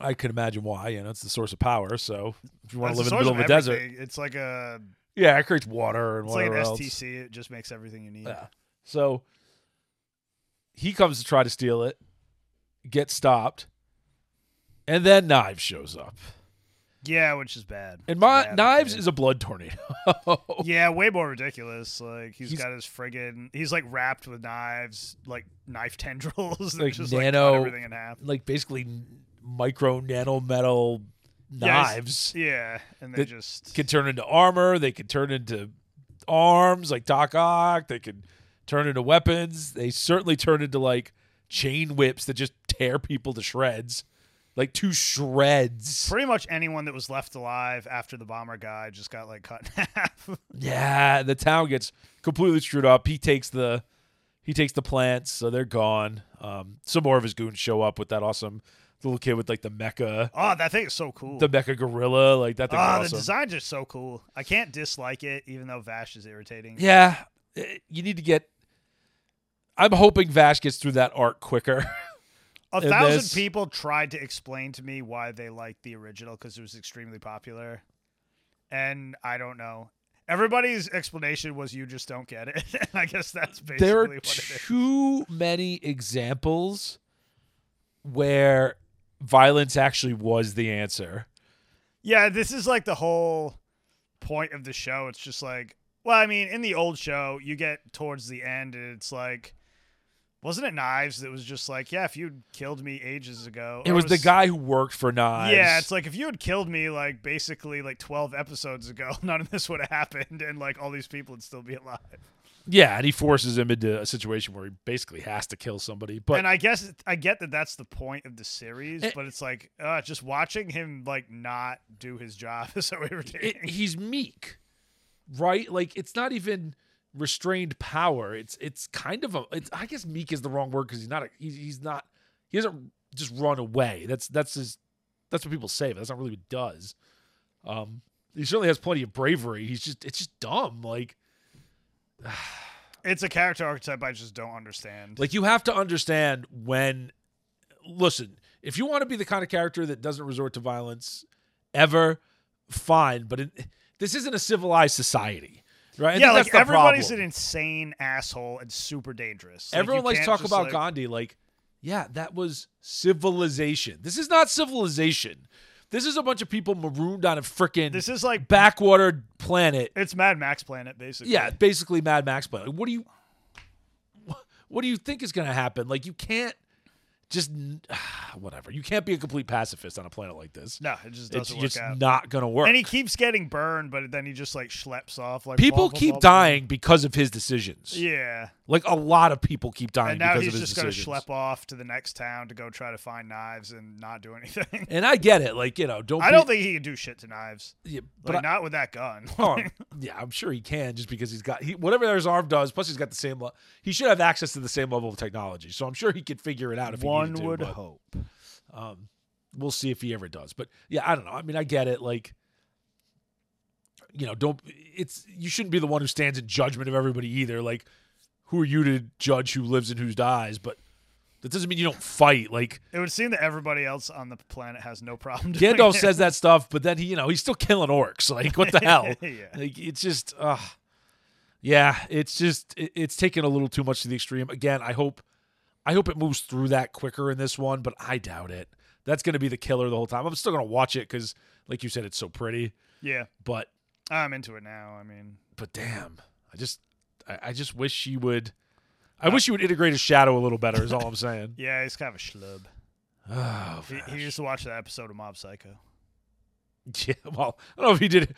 A: I can imagine why. You know, it's the source of power. So if you want to live
B: That's
A: in the
B: source
A: middle of a desert,
B: everything. It's like a
A: yeah, it creates water and
B: it's like
A: whatever
B: an
A: else.
B: STC. It just makes everything you need.
A: Yeah. So he comes to try to steal it, gets stopped, and then Knives shows up.
B: Yeah, which is bad.
A: And
B: It's
A: my
B: bad,
A: Knives
B: okay.
A: is a blood tornado.
B: yeah, way more ridiculous. Like he's
A: He's-
B: got his friggin' he's like wrapped with knives, like knife tendrils that
A: Like
B: just like
A: nano-
B: cut everything in half.
A: like basically n- micro nano metal
B: Yeah, he's-
A: knives
B: Yeah, and they
A: That
B: just
A: can turn into armor. They can turn into arms like Doc Ock. They can turn into weapons. They certainly turn into like chain whips that just tear people to shreds, like two shreds.
B: pretty much anyone that was left alive after the bomber guy just got like cut in half.
A: Yeah, the town gets completely screwed up. He takes the he takes the plants, so they're gone. Um, some more of his goons show up with that awesome little kid with like the mecha,
B: oh, that thing is so cool.
A: the mecha gorilla, like that thing.
B: Ah,
A: awesome.
B: the designs are so cool. I can't dislike it, even though Vash is irritating.
A: Yeah, eh, you need to get. I'm hoping Vash gets through that arc quicker.
B: A
A: in
B: thousand
A: this.
B: people tried to explain to me why they liked the original because it was extremely popular. and I don't know. Everybody's explanation was you just don't get it. and I guess that's basically
A: there
B: what
A: are
B: it is.
A: too many examples where violence actually was the answer.
B: Yeah, this is like the whole point of the show. It's just like, well, I mean, in the old show, you get towards the end and it's like, wasn't it Knives that was just like, yeah, if you'd killed me ages ago.
A: It
B: or
A: was the guy who worked for Knives.
B: Yeah, it's like if you had killed me like basically like 12 episodes ago, none of this would have happened and like all these people would still be alive.
A: yeah, and he forces him into a situation where he basically has to kill somebody. But Eh
B: and I guess I get that that's the point of the series,
A: It-
B: but it's like uh, just watching him like not do his job is so irritating.
A: it, he's meek, right? Like it's not even restrained power. It's it's kind of a. It's, I guess meek is the wrong word because he's not. A, he's, he's not. He doesn't just run away. That's that's his. That's what people say, but that's not really what he does. Um, he certainly has plenty of bravery. He's just it's just dumb. Like
B: it's a character archetype I just don't understand.
A: Like you have to understand when listen, if you want to be the kind of character that doesn't resort to violence ever, fine, but it, this isn't a civilized society, right? I
B: yeah,
A: think
B: like
A: that's the
B: everybody's
A: problem.
B: an insane asshole and super dangerous. Like, you
A: Everyone likes to
B: can't
A: talk
B: just,
A: about
B: like-
A: Gandhi like, yeah, that was civilization. This is not civilization. This is a bunch of people marooned on a freaking
B: This is like
A: backwater planet
B: it's Mad Max Planet basically.
A: yeah, basically Mad Max play. Like, what do you what do you think is going to happen? Like you can't just whatever. You can't be a complete pacifist on a planet like this.
B: no, it just
A: It's
B: doesn't
A: just
B: work out.
A: not going to work.
B: and he keeps getting burned, but then he just like schleps off. Like
A: people
B: blah, blah,
A: keep
B: blah, blah.
A: dying because of his decisions.
B: Yeah,
A: Like a lot of people keep dying
B: and now
A: because
B: he's
A: of his
B: just gonna
A: decisions.
B: schlep off to the next town to go try to find knives and not do anything.
A: and I get it. Like, you know, don't
B: I
A: be-
B: don't think he can do shit to knives,
A: yeah,
B: but
A: but I-
B: not with that gun.
A: Oh, yeah, I'm sure he can just because he's got he, whatever his arm does. Plus, he's got the same. Le- he should have access to the same level of technology, so I'm sure he could figure it out if he
B: One
A: needed to,
B: would
A: but,
B: hope.
A: Um, we'll see if he ever does. But yeah, I don't know. I mean, I get it. Like, you know, don't. It's you shouldn't be the one who stands in judgment of everybody either. Like, who are you to judge who lives and who dies? But that doesn't mean you don't fight. Like
B: It would seem that everybody else on the planet has no problem. Doing
A: Gandalf
B: it.
A: says that stuff, but then he, you know, he's still killing orcs. Like, what the hell?
B: yeah.
A: Like it's just, uh, yeah, it's just it, it's taken a little too much to the extreme. Again, I hope, I hope it moves through that quicker in this one, but I doubt it. That's going to be the killer the whole time. I'm still going to watch it because, like you said, it's so pretty.
B: Yeah,
A: But
B: I'm into it now. I mean,
A: but damn, I just I, I just wish she would. I wish she would integrate a shadow a little better. Is all I'm saying.
B: yeah, he's kind of a schlub.
A: Oh,
B: He,
A: man.
B: he used to watch that episode of Mob Psycho.
A: yeah. Well, I don't know if he did.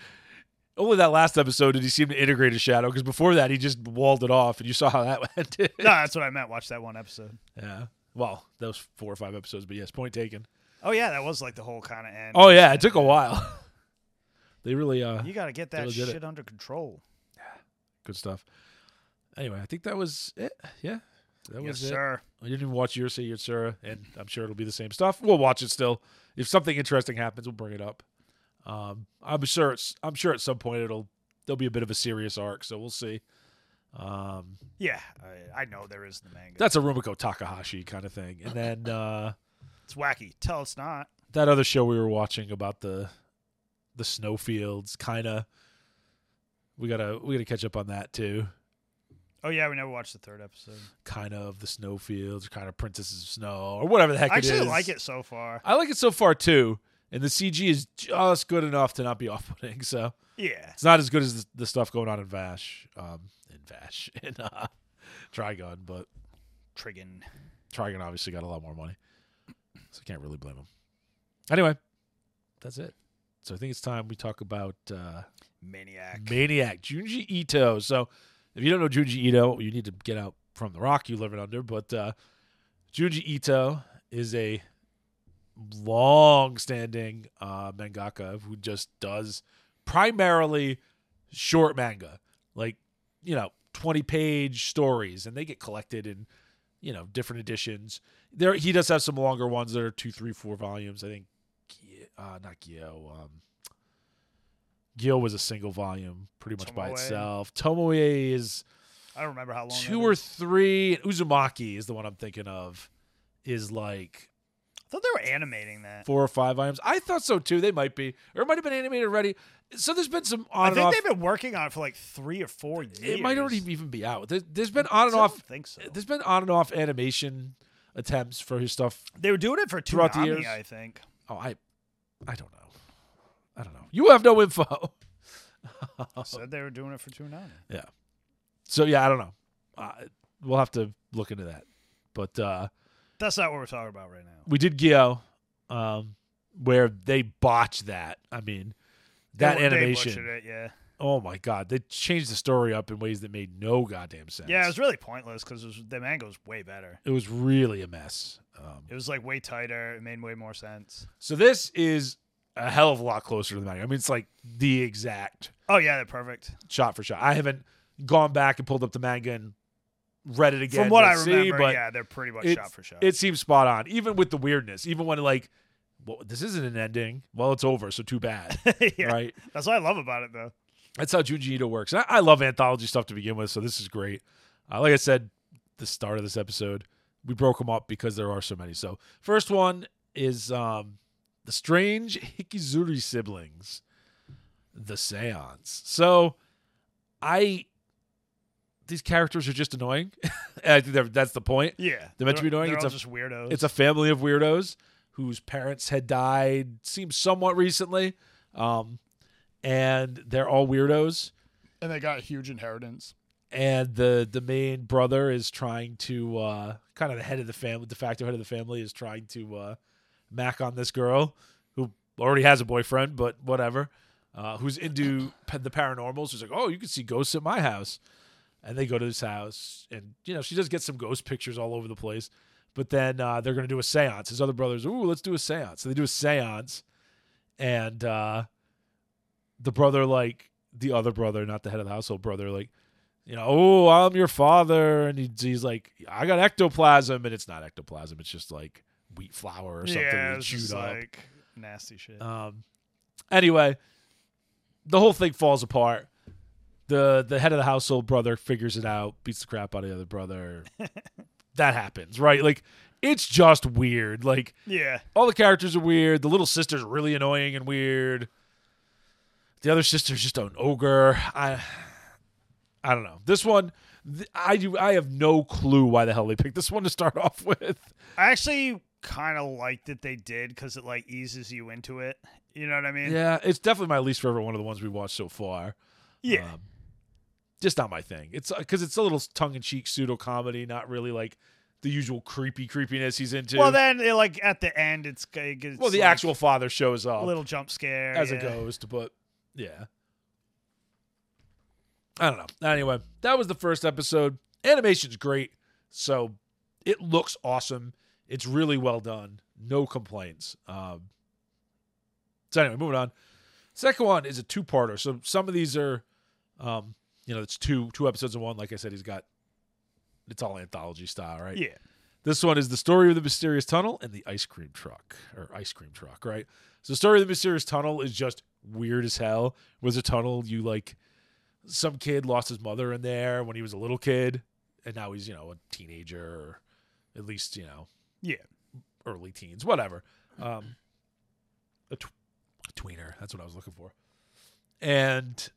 A: Only that last episode did he seem to integrate a shadow because before that he just walled it off, and you saw how that ended.
B: No, that's what I meant. Watch that one episode.
A: Yeah. Well, that was four or five episodes, but yes, point taken.
B: Oh yeah, that was like the whole kind of end.
A: Oh yeah, it took a while. they really uh
B: You got to get that
A: Really did it.
B: shit under control.
A: good stuff. Anyway, I think that was it. Yeah. That
B: Yes,
A: was it.
B: sir.
A: I didn't even watch Yursa Yursura, and I'm sure it'll be the same stuff. We'll watch it still. If something interesting happens, we'll bring it up. Um, I'm sure it's I'm sure at some point it'll there'll be a bit of a serious arc, so we'll see. Um,
B: Yeah, I, I know there is the manga.
A: that's a Rumiko Takahashi kind of thing. And then uh
B: it's wacky. Tell it's not.
A: that other show we were watching about the the snowfields kind of we gotta we gotta catch up on that too
B: Oh yeah, we never watched the third episode.
A: kind of the snowfields kind of princesses of snow or whatever the heck
B: I
A: it
B: actually
A: is.
B: like it so far.
A: i like it so far too and the cg is just good enough to not be off-putting so
B: Yeah,
A: it's not as good as the, the stuff going on in vash um in vash in uh trigon but
B: Trigon.
A: trigon obviously got a lot more money so i can't really blame him anyway that's it so i think it's time we talk about uh
B: Maniac.
A: Maniac, Junji Ito. So, if you don't know Junji Ito, you need to get out from the rock you live it under. But uh, Junji Ito is a long-standing uh, mangaka who just does primarily short manga, like you know, twenty-page stories, and they get collected in you know different editions. There, he does have some longer ones. There are two, three, four volumes. I think, Gi- uh, not Gyo. Um, Gyo was a single volume, pretty much by
B: Tomoe.
A: itself. Tomoe is
B: I don't remember how long.
A: two
B: that
A: or
B: is.
A: three. Uzumaki is the one I'm thinking of. Is like
B: I thought they were animating that.
A: four or five items. I thought so too. They might be, or it might have been animated already. So there's been some on
B: I
A: and
B: think
A: off.
B: they've been working on it for like three or four years.
A: It might already even be out. There, there's been on and
B: I
A: off.
B: don't think so.
A: There's been on and off animation attempts for his stuff.
B: They were doing it for
A: Throughout the
B: Toonami,
A: years.
B: I think.
A: Oh, I, I don't know. I don't know. You have no info.
B: Said they were doing it for Toonami.
A: Yeah. So yeah, I don't know. Uh, we'll have to look into that. But uh,
B: That's not what we're talking about right now.
A: we did Gio, um, where they botched that. I mean, that
B: They- they butchered
A: animation.
B: it, yeah.
A: Oh my god, they changed the story up in ways that made no goddamn sense.
B: Yeah, it was really pointless because the mango was way better.
A: it was really a mess. Um,
B: It was like way tighter. It made way more sense.
A: so this is a hell of a lot closer to the manga. I mean, it's like the exact
B: Oh yeah, they're perfect.
A: shot for shot. I haven't gone back and pulled up the manga and read it again.
B: From what
A: to
B: I
A: see,
B: remember,
A: but
B: yeah, they're pretty much
A: it's-
B: shot for shot.
A: it seems spot on, even with the weirdness, even when like, well, this isn't an ending. Well, it's over, so too bad,
B: yeah.
A: right?
B: That's what I love about it though.
A: That's how Junji Ito works. And I, I love anthology stuff to begin with, so this is great. Uh, like I said, the start of this episode, we broke them up because there are so many. So first one is um, the strange Hikizuri siblings, the Seance. So I, these characters are just annoying. I think they're- that's the point.
B: Yeah.
A: They're meant to be annoying.
B: They're
A: It's
B: all
A: a-
B: just weirdos.
A: It's a family of weirdos whose parents had died, seems somewhat recently, um, and they're all weirdos.
D: and they got a huge inheritance.
A: And the the main brother is trying to uh, kind of the head of the family, de facto head of the family, is trying to uh, mac on this girl who already has a boyfriend, but whatever. Uh, who's into pa- the paranormals? Who's like, oh, you can see ghosts at my house, and they go to this house, and you know she does get some ghost pictures all over the place. But then uh, they're going to do a seance. His other brothers, ooh, let's do a seance. So they do a seance, and uh, the brother, like the other brother, not the head of the household brother, like, you know, oh, I'm your father, and he's, he's like, I got ectoplasm, and it's not ectoplasm. It's just like wheat flour or something
B: yeah,
A: you
B: it's
A: chewed
B: just,
A: up.
B: like nasty shit.
A: Um, anyway, the whole thing falls apart. The the head of the household brother figures it out, beats the crap out of the other brother. that happens, right? Like it's just weird. Like
B: yeah.
A: all the characters are weird. The little sister's really annoying and weird. The other sister's just an ogre. I I don't know. This one th- I do I have no clue why the hell they picked this one to start off with.
B: I actually kind of like that they did because it like eases you into it. You know what I mean?
A: Yeah, it's definitely my least favorite one of the ones we watched so far.
B: Yeah.
A: Um, just not my thing. It's because it's a little tongue in cheek pseudo comedy, not really like the usual creepy creepiness he's into.
B: well, then it, like at the end, it's it gets,
A: Well, the
B: like,
A: actual father shows up
B: little jump scare
A: as
B: yeah.
A: a ghost, but yeah. I don't know. Anyway, that was the first episode. Animation's great. So it looks awesome. It's really well done. No complaints. Um, so anyway, moving on. Second one is a two-parter. So some of these are, um, you know, it's two two episodes in one. Like I said, he's got it's all anthology style, right?
B: Yeah.
A: This one is the story of the mysterious tunnel and the ice cream truck, or ice cream truck, right? So, the story of the mysterious tunnel is just weird as hell. Was a tunnel you like? Some kid lost his mother in there when he was a little kid, and now he's you know a teenager, or at least you know,
B: Yeah.
A: early teens, whatever. Um, a, tw- a tweener. That's what I was looking for. And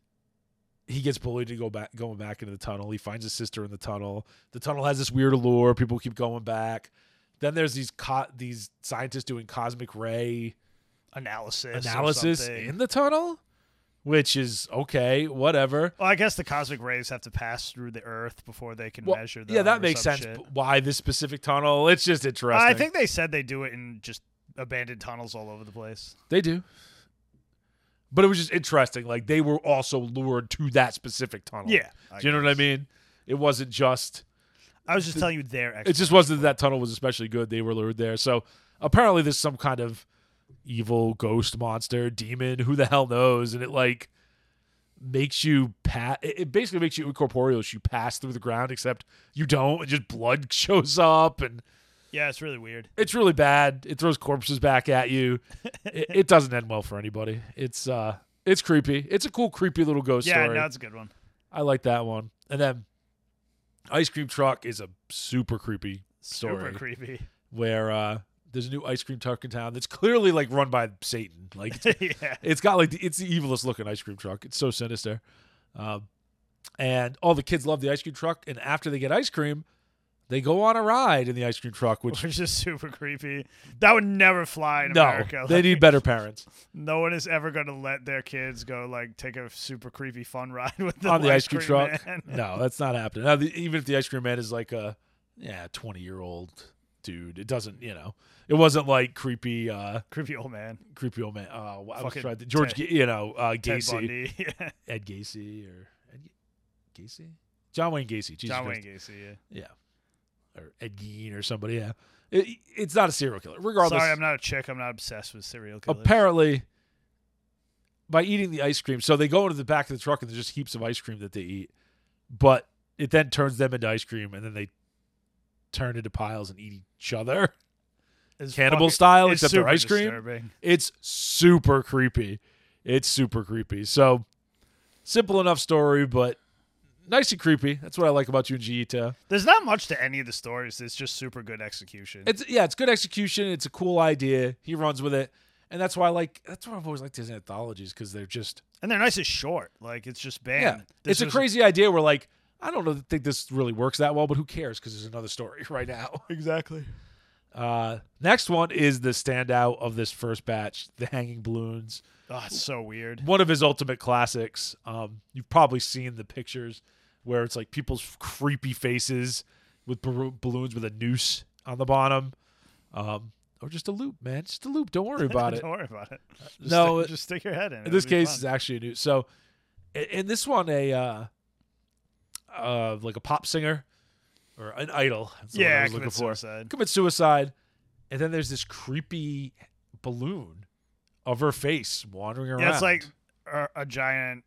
A: he gets bullied to go back, going back into the tunnel. He finds his sister in the tunnel. The tunnel has this weird allure. People keep going back. Then there's these co- these scientists doing cosmic ray
B: analysis. or
A: analysis
B: something.
A: in the tunnel, which is okay, whatever.
B: well, I guess the cosmic rays have to pass through the Earth before they can
A: Well,
B: measure. Them
A: yeah,
B: or
A: that makes
B: some
A: sense.
B: shit.
A: but Why this specific tunnel? It's just interesting.
B: I think they said they do it in just abandoned tunnels all over the place.
A: They do. But it was just interesting. Like they were also lured to that specific tunnel.
B: Yeah, I
A: do you know what I mean? It wasn't just.
B: I was just telling you their.
A: It just wasn't that that tunnel was especially good. They were lured there. So apparently, there's some kind of evil ghost monster, demon, who the hell knows? And it like makes you pat. It it basically makes you incorporeal. You pass through the ground, except you don't. And just blood shows up, and
B: yeah, it's really weird.
A: it's really bad. It throws corpses back at you. it, it doesn't end well for anybody. It's uh it's creepy. It's a cool creepy little ghost
B: Yeah,
A: story.
B: no, it's a good one.
A: I like that one. And then Ice Cream Truck is a super creepy story
B: Super creepy.
A: where uh There's a new ice cream truck in town that's clearly like run by Satan. Like it's,
B: yeah.
A: it's got like the, it's the evilest looking ice cream truck. It's so sinister. Um, and all the kids love the ice cream truck. And after they get ice cream, they go on a ride in the ice cream truck, which
B: Which is super creepy. That would never fly in
A: no,
B: America.
A: they
B: Like,
A: need better parents
B: no one is ever going to let their kids go like take a super creepy fun ride with the
A: on the ice cream, truck.
B: man.
A: No, that's not happening. Now, the, even if the ice cream man is like a yeah twenty year old dude, it doesn't you know it wasn't like creepy uh
B: Creepy old man.
A: creepy old man. Uh, I was
B: Fucking
A: trying to, George,
B: Ted-
A: Ga- you know uh,
B: Ted
A: Gacy.
B: Bundy. Yeah.
A: Ed Gacy or Ed Ga- Gacy, John Wayne Gacy, Jesus
B: John
A: Christ.
B: Wayne Gacy.
A: yeah, or Ed Gein or somebody. Yeah, It- it's not a serial killer.
B: Yeah.
A: Regardless,
B: Sorry, I'm not a chick. I'm not obsessed with serial killers.
A: apparently, by eating the ice cream, so they go into the back of the truck and there's just heaps of ice cream that they eat, but it then turns them into ice cream and then they turn into piles and eat each other.
B: It's
A: cannibal
B: fucking-
A: style,
B: it's
A: except their
B: super
A: ice cream?
B: disturbing.
A: It's super creepy. It's super creepy. So simple enough story, but nice and creepy. That's what I like about Junji Ito.
B: There's not much to any of the stories. It's just super good execution.
A: It's yeah, it's good execution. It's a cool idea. He runs with it, and that's why I like. That's why I've always liked his anthologies because they're just
B: and they're nice and short. Like it's just banned.
A: yeah.
B: This
A: it's a
B: was-
A: crazy idea. Where like I don't know, think this really works that well, but who cares? Because there's another story right now.
B: Exactly.
A: Uh, next one is the standout of this first batch, the Hanging Balloons.
B: Oh, it's so weird.
A: one of his ultimate classics. Um, you've probably seen the pictures where it's like people's creepy faces with baro- balloons with a noose on the bottom, um, or just a loop, man, just a loop. Don't worry about it.
B: Don't worry about it. Just
A: No,
B: stick, just stick your head in.
A: In
B: It'll
A: this
B: be
A: case,
B: fun.
A: it's actually a noose. So, i- in this one, a uh, uh, like a pop singer or an idol. That's the word
B: yeah,
A: I was looking
B: commit
A: for
B: suicide.
A: commit suicide, and then there's this creepy balloon of her face wandering around.
B: Yeah, it's like a, a giant,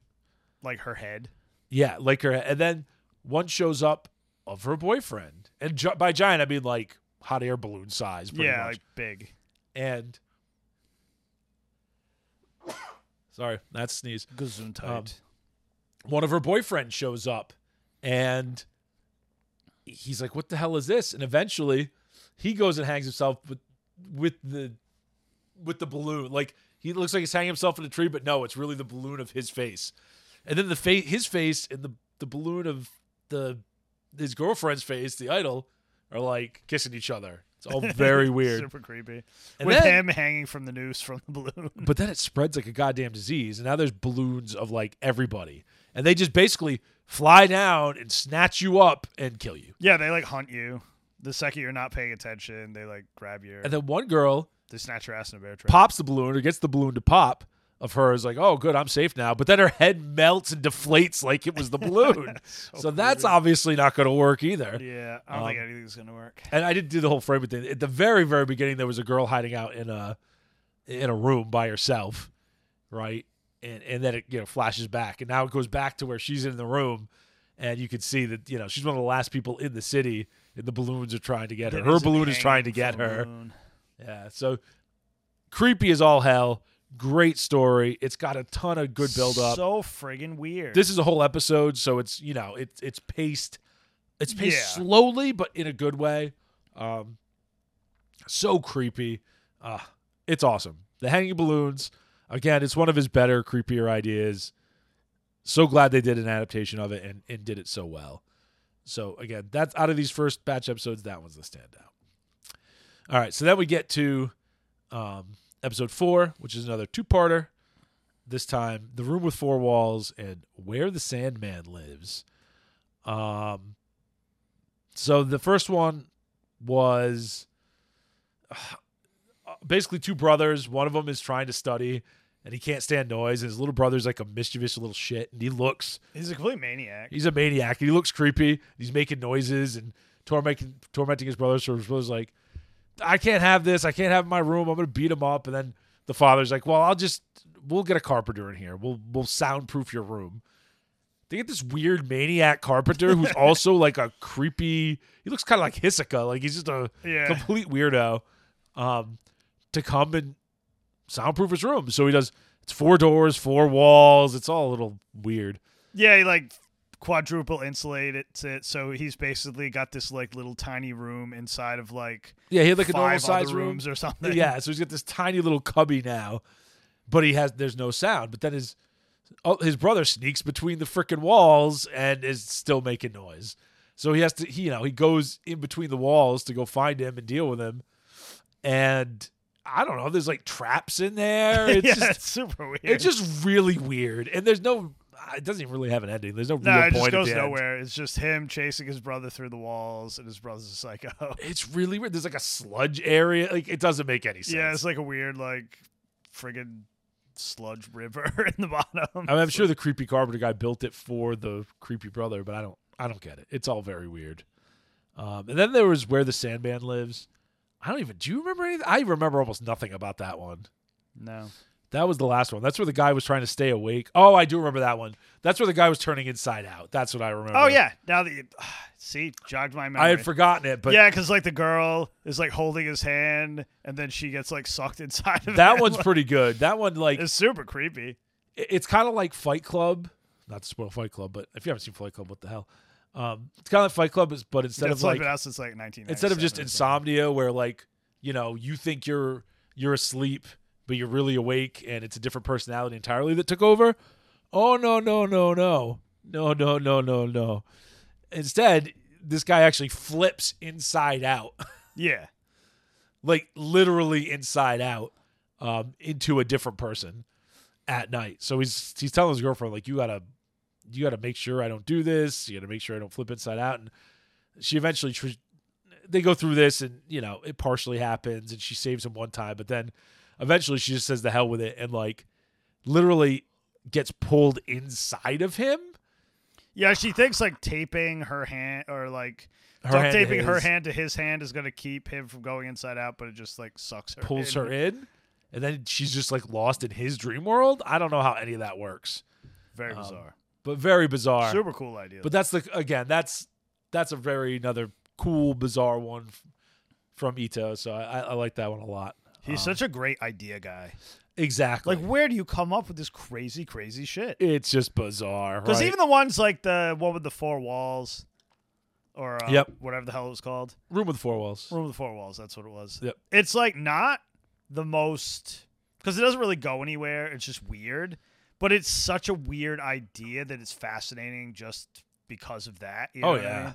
B: like her head.
A: Yeah, like her. And then one shows up of her boyfriend, and gi- by giant I mean like hot air balloon size, pretty
B: yeah,
A: much.
B: like big.
A: and sorry, that sneeze. Um, One of her boyfriend shows up, and he's like, "What the hell is this?" And eventually, he goes and hangs himself with with the with the balloon. Like he looks like he's hanging himself in a tree, but no, it's really the balloon of his face. And then the face, his face, and the the balloon of the his girlfriend's face, the idol, are like kissing each other. It's all very weird.
B: Super creepy.
A: And
B: With
A: then-
B: him hanging from the noose from the balloon.
A: but then it spreads like a goddamn disease, and now there's balloons of like everybody, and they just basically fly down and snatch you up and kill you.
B: yeah, they like hunt you. The second you're not paying attention, they like grab your.
A: And then one girl
B: they snatch your ass in a bear trap.
A: pops the balloon or gets the balloon to pop of hers, like, "Oh, good, I'm safe now." But then her head melts and deflates like it was the balloon. so that's obviously not going to work either.
B: Yeah, I don't think
A: Um,
B: anything's gonna work.
A: And I didn't do the whole frame thing. At the very, very beginning, there was a girl hiding out in a in a room by herself, right? And and then it you know flashes back, and now it goes back to where she's in the room, and you can see that you know she's one of the last people in the city, and the balloons are trying to get her.
B: That
A: Her
B: isn't
A: balloon is trying to
B: hanging
A: get
B: from a
A: her.
B: balloon.
A: Yeah. So creepy as all hell. Great story. It's got a ton of good build up.
B: So friggin' weird.
A: this is a whole episode, so it's you know it's it's paced, it's paced
B: Yeah.
A: slowly but in a good way. Um, so creepy. Uh, it's awesome. The hanging balloons. Again, it's one of his better, creepier ideas. So glad they did an adaptation of it and, and did it so well. So again, that's out of these first batch episodes, that one's the standout. All right, so then we get to um, episode four, which is another two-parter. This time, the room with four walls and where the Sandman lives. Um, so the first one was uh, basically two brothers. One of them is trying to study, and he can't stand noise. And his little brother's like a mischievous little shit, and he looks
B: He's a complete maniac.
A: He's a maniac. He looks creepy. He's making noises and tormenting tormenting his brother. So his brother's like, I can't have this. I can't have it in my room. I'm gonna beat him up. And then the father's like, Well, I'll just we'll get a carpenter in here. We'll we'll soundproof your room. They get this weird maniac carpenter who's also like a creepy. He looks kind of like Hisoka. Like he's just a
B: Yeah.
A: complete weirdo. Um, to come and soundproof his room. So he does. It's four doors, four walls. It's all a little weird.
B: Yeah, he like quadruple insulate it, it so he's basically got this like little tiny room inside of like
A: Yeah, he had like a normal
B: five
A: size
B: other
A: room.
B: rooms or something.
A: Yeah, so he's got this tiny little cubby now, but he has there's no sound. But then his oh, his brother sneaks between the freaking walls and is still making noise. So he has to he, you know he goes in between the walls to go find him and deal with him. And I don't know, there's like traps in there. It's
B: yeah,
A: just
B: it's super weird.
A: it's just really weird. And there's no it doesn't even really have an ending. There's no
B: no,
A: real
B: it
A: point
B: just
A: at
B: goes
A: the end.
B: nowhere. It's just him chasing his brother through the walls, and his brother's a psycho.
A: It's really weird. There's like a sludge area. Like it doesn't make any sense.
B: yeah, it's like a weird like friggin' sludge river in the bottom.
A: I mean, I'm sure the creepy carpenter guy built it for the creepy brother, but I don't I don't get it. It's all very weird. Um, and then there was where the Sandman lives. I don't even. Do you remember anything? I remember almost nothing about that one.
B: no,
A: That was the last one. That's where the guy was trying to stay awake. Oh, I do remember that one. That's where the guy was turning inside out. That's what I remember.
B: oh yeah, now that you see, jogged my memory.
A: I had forgotten it, but
B: yeah, because like the girl is like holding his hand, and then she gets like sucked inside of
A: that
B: him.
A: one's
B: Like,
A: pretty good. That one, like,
B: it's super creepy.
A: it- it's kind of like Fight Club. Not to spoil Fight Club, but if you haven't seen Fight Club, what the hell? Um, it's kind of like Fight Club, but- but instead
B: That's
A: of like
B: been out since like 1997.
A: instead of just
B: or something.
A: insomnia where like you know you think you're you're asleep but you're really awake and it's a different personality entirely that took over oh no no no no no no no no no instead this guy actually flips inside out
B: yeah,
A: like literally inside out um, into a different person at night. So he's he's telling his girlfriend like you gotta you gotta make sure I don't do this. You gotta make sure I don't flip inside out. And she eventually tr- they go through this, and you know it partially happens, and she saves him one time, but then eventually she just says the hell with it, and like literally gets pulled inside of him.
B: yeah. She thinks like taping her hand or like
A: Her
B: duct
A: hand to
B: taping her
A: his.
B: hand to his hand is gonna keep him from going inside out, but it just like sucks her.
A: pulls
B: in.
A: her in, and then she's just like lost in his dream world. I don't know how any of that works,
B: Very
A: Um,
B: bizarre.
A: but very bizarre.
B: Super cool idea.
A: But that's the again, that's that's a very another cool, bizarre one f- from Ito. So I, I I like that one a lot.
B: he's
A: um,
B: such a great idea guy.
A: Exactly.
B: Like, where do you come up with this crazy, crazy shit?
A: it's just bizarre.
B: Because
A: right?
B: even the ones like the one with the four walls, or uh,
A: Yep.
B: whatever the hell it was called,
A: room with four walls.
B: Room with Four Walls. That's what it was.
A: Yep.
B: It's like not the most because it doesn't really go anywhere. It's just weird, but it's such a weird idea that it's fascinating just because of that. you
A: Oh
B: know what I
A: yeah.
B: mean?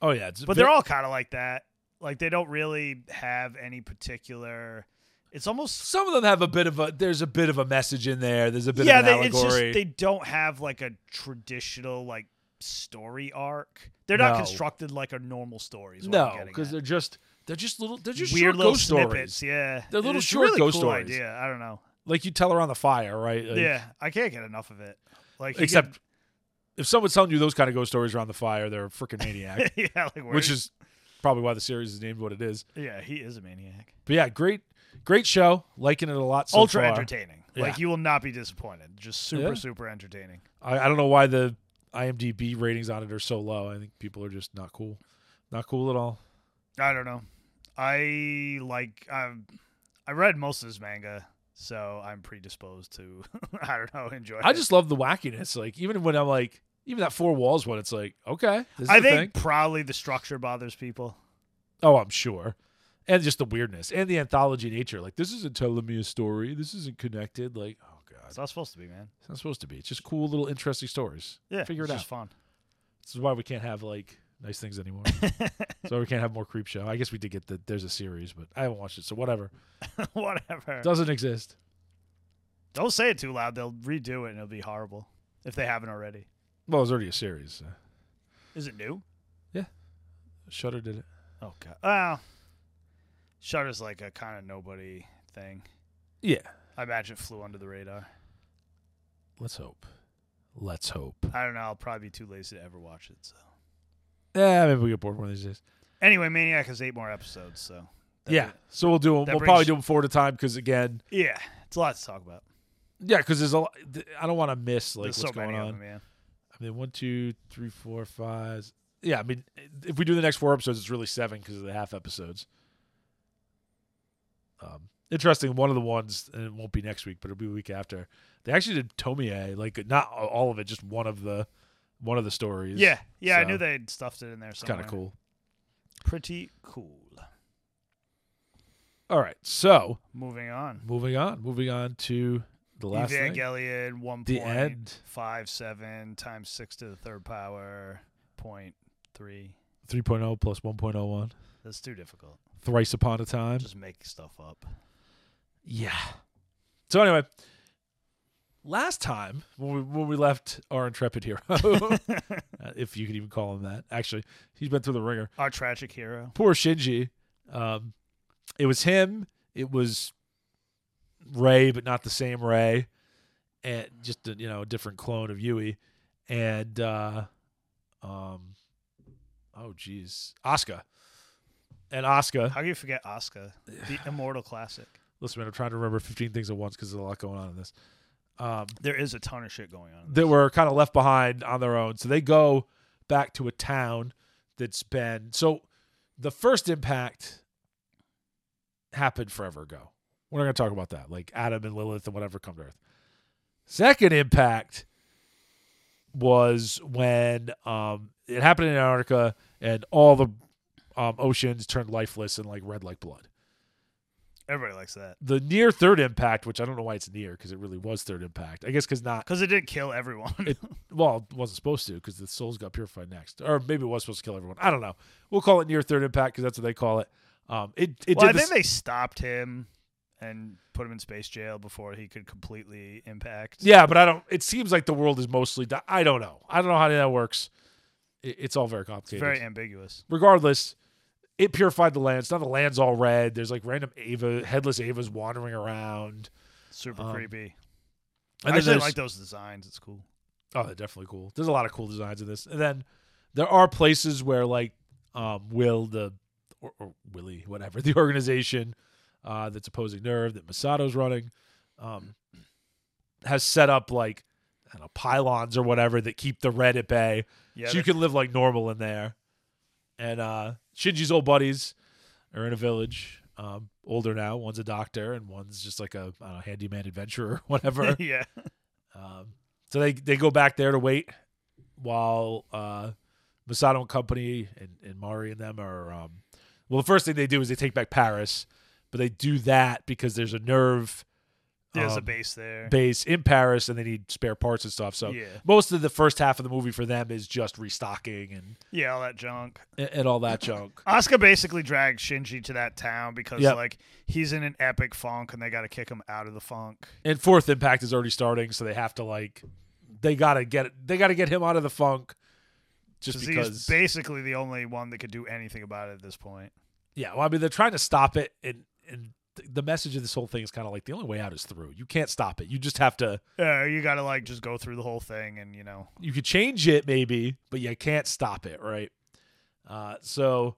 A: Oh yeah. It's
B: but
A: ve-
B: they're all kind of like that. Like they don't really have any particular. It's almost
A: some of them have a bit of a there's a bit of a message in there. There's a bit
B: yeah.
A: of an
B: They, it's just
A: allegory.
B: they don't have like a traditional like story arc. They're not
A: No.
B: constructed like a normal story. Is what I'm
A: no,
B: getting
A: because
B: at.
A: they're just they're just little they're just
B: weird
A: short
B: little
A: ghost
B: snippets.
A: stories.
B: Yeah,
A: They're little
B: It's a
A: short
B: really
A: ghost
B: cool
A: stories.
B: Idea. I don't know.
A: Like you tell around the fire, right? Like,
B: yeah, I can't get enough of it. Like you
A: Except if someone's telling you those kind of ghost stories around the fire, they're a freaking maniac.
B: get- yeah, like where-
A: which is probably why the series is named what it is.
B: yeah, he is a maniac.
A: But yeah, great, great show. Liking it a lot. So
B: Ultra
A: far.
B: entertaining.
A: Yeah.
B: Like you will not be disappointed. Just super
A: Yeah.
B: super entertaining.
A: I, I don't know why the IMDb ratings on it are so low. I think people are just not cool, not cool at all.
B: I don't know. I like I I read most of this manga, so I'm predisposed to I don't know enjoy.
A: I
B: it.
A: just love the wackiness. Like even when I'm like, even that four walls one, it's like okay, this is
B: I
A: a
B: think
A: thing.
B: probably the structure bothers people.
A: Oh, I'm sure. And just the weirdness and the anthology nature. Like this isn't telling me a story. This isn't connected. Like oh god,
B: It's not supposed to be, man.
A: it's not supposed to be. It's just cool little interesting stories.
B: Yeah,
A: Figure
B: it's
A: it
B: just fun.
A: This is why we can't have like nice things anymore. so we can't have more creep show. I guess we did get that there's a series, but I haven't watched it, so whatever.
B: Whatever.
A: Doesn't exist.
B: Don't say it too loud. They'll redo it and it'll be horrible if they haven't already.
A: Well, it's already a series. so.
B: Is it new?
A: Shutter did it.
B: Oh god. Well, Shutter's like a kind of nobody thing.
A: Yeah.
B: I imagine it flew under the radar.
A: Let's hope. Let's hope.
B: I don't know. I'll probably be too lazy to ever watch it. So
A: Yeah, Eh, maybe we get bored one of these days.
B: anyway, Maniac has eight more episodes. So that-
A: yeah. So we'll do them.
B: that
A: We'll
B: brings-
A: probably do them four at a time because again,
B: yeah, it's a lot to talk about.
A: yeah, because there's a lot. th- I don't want to miss like
B: There's
A: what's
B: so
A: going
B: many
A: on.
B: of them. Yeah.
A: I mean, one, two, three, four, five. Yeah, I mean, if we do the next four episodes, it's really seven because of the half episodes. Um, interesting. One of the ones, and it won't be next week, but it'll be the week after. They actually did Tomie, like not all of it, just one of the one of the stories.
B: Yeah, yeah, I
A: So,
B: knew they'd stuffed it in there.
A: It's kind
B: Somewhere.
A: of cool.
B: Pretty cool.
A: All right. So
B: Moving on.
A: moving on, moving on to the last thing.
B: Evangelion one
A: The
B: point
A: end.
B: five seven times six to the third power point three.
A: 3.0 plus 1.01.
B: That's too difficult.
A: Thrice upon a time.
B: Just make stuff up.
A: Yeah. So anyway, last time when we, when we left our intrepid hero, uh, if you could even call him that, actually, he's been through the ringer.
B: Our tragic hero.
A: Poor Shinji. Um, it was him. It was Ray, but not the same Ray, and just a, you know a different clone of Yui, and uh, um, oh geez, Asuka. And Asuka,
B: How can you forget Asuka, the immortal classic?
A: listen, man, I'm trying to remember 15 things at once because there's a lot going on in this. Um,
B: There is a ton of shit going on. in
A: that
B: this.
A: were kind of left behind on their own. So they go back to a town that's been so the first impact happened forever ago. We're not going to talk about that. Like Adam and Lilith and whatever come to Earth. Second impact was when um, it happened in Antarctica and all the um, oceans turned lifeless and like red like blood
B: Everybody likes that
A: the near third impact, which I don't know why it's near because it really was third impact. I guess because not
B: because it didn't kill everyone.
A: it well it wasn't supposed to because the souls got purified next, or maybe it was supposed to kill everyone. I don't know. We'll call it near third impact because that's what they call it. Um, it it
B: well, I
A: did this,
B: think they stopped him and put him in space jail before he could completely impact.
A: yeah, but I don't. It seems like the world is mostly. Di- I don't know. I don't know how that works. It, it's all very
B: It's
A: complicated.
B: very ambiguous.
A: Regardless, it purified the lands. Now the land's all red. There's like random Ava, headless Avas wandering around.
B: Super
A: Um,
B: creepy.
A: And
B: I
A: then
B: actually
A: there's-
B: like those designs. It's cool.
A: Oh, they're definitely cool. There's a lot of cool designs in this. And then there are places where like um Will the or, or Willie, whatever, the organization uh that's opposing Nerve that Masato's running, um has set up like I don't know, pylons or whatever that keep the red at bay.
B: Yeah,
A: so you can live like normal in there. And uh Shinji's old buddies are in a village. Um, older now, one's a doctor and one's just like a I don't know, handyman adventurer or whatever.
B: yeah.
A: Um, so they they go back there to wait while uh, Masato and company and, and Mari and them are. Um, well, the first thing they do is they take back Paris, but they do that because there's a nerve
B: There's a
A: um,
B: base there.
A: base in Paris and they need spare parts and stuff. So
B: Yeah.
A: most of the first half of the movie for them is just restocking and
B: Yeah, all that junk.
A: and, and all that junk.
B: Asuka basically dragged Shinji to that town because
A: Yep.
B: like he's in an epic funk and they gotta kick him out of the funk.
A: And fourth impact is already starting, so they have to like they gotta get they gotta get him out of the funk. Just
B: Because
A: because
B: he's basically the only one that could do anything about it at this point.
A: Yeah, well, I mean, they're trying to stop it, and and th- the message of this whole thing is kind of like the only way out is through. You can't stop it. You just have to.
B: Yeah, you gotta like just go through the whole thing and you know
A: You could change it maybe, but you can't stop it, right? Uh, so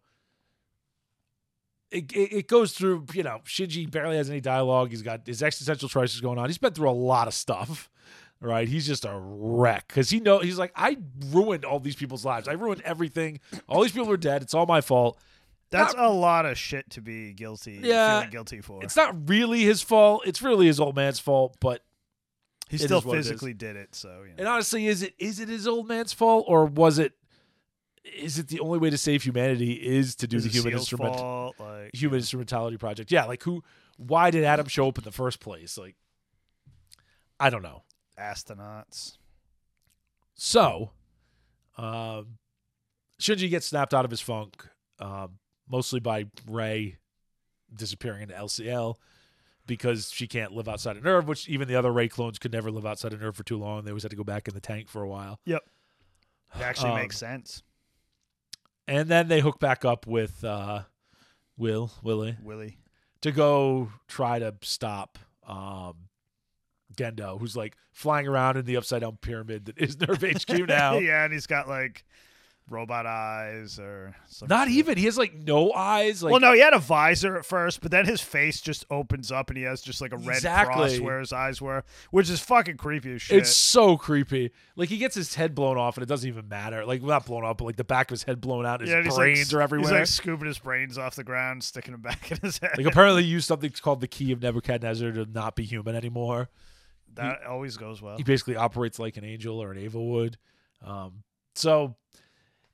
A: it, it it goes through. You know, Shinji barely has any dialogue. He's got his existential crisis going on. He's been through a lot of stuff. Right, he's just a wreck because he know he's like I ruined all these people's lives. I ruined everything. All these people are dead. It's all my fault.
B: that's a lot of shit to be guilty
A: Yeah,
B: feeling guilty for.
A: It's not really his fault. It's really his old man's fault. But
B: He
A: It
B: still
A: is what it is.
B: physically did it, so you know.
A: And honestly, is it is it his old man's fault, or was it is it the only way to save humanity is to do
B: Is
A: the
B: it
A: human
B: Seal's
A: instrument
B: fault? Like,
A: human instrumentality project? Yeah, like who? Why did Adam show up in the first place? Like, I don't know.
B: astronauts.
A: So, um, Shinji gets snapped out of his funk, um, mostly by Ray disappearing into LCL because she can't live outside of Nerve, which even the other Ray clones could never live outside of Nerve for too long. They always had to go back in the tank for a while.
B: It actually
A: Um,
B: makes sense.
A: and then they hook back up with uh, Will Willie
B: Willie.
A: to go try to stop um, Gendo, who's like flying around in the upside down pyramid that is Nerve HQ now.
B: yeah, and he's got like robot eyes or something.
A: Not even he has like no eyes. Like
B: well, no, he had a visor at first, but then his face just opens up and he has just like a red cross
A: Exactly.
B: where his eyes were, which is fucking creepy as shit.
A: it's so creepy. Like he gets his head blown off and it doesn't even matter. Like not blown up, but like the back of his head blown out. His
B: yeah, and he's, like,
A: brains are everywhere.
B: He's like scooping his brains off the ground, sticking them back in his head.
A: like apparently he used something called the key of Nebuchadnezzar to not be human anymore.
B: that always goes well.
A: he basically operates like an angel or an Ava would. Um, So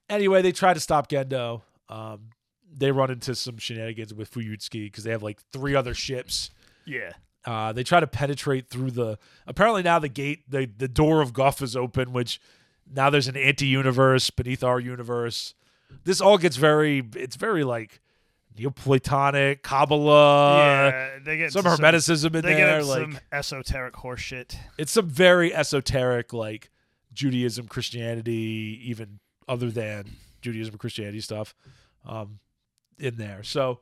A: anyway, they try to stop Gendo. Um, they run into some shenanigans with Fuyutsuki because they have like three other ships.
B: Yeah.
A: Uh, they try to penetrate through the. Apparently now the gate, the the door of Guff is open, which now there's an anti-universe beneath our universe. This all gets very. It's very like Neoplatonic Kabbalah.
B: yeah. They get
A: Uh, Some
B: into
A: hermeticism in
B: They
A: there,
B: get into
A: like
B: some esoteric horseshit.
A: it's some very esoteric like Judaism, Christianity, even other than Judaism, Christianity stuff um, in there. So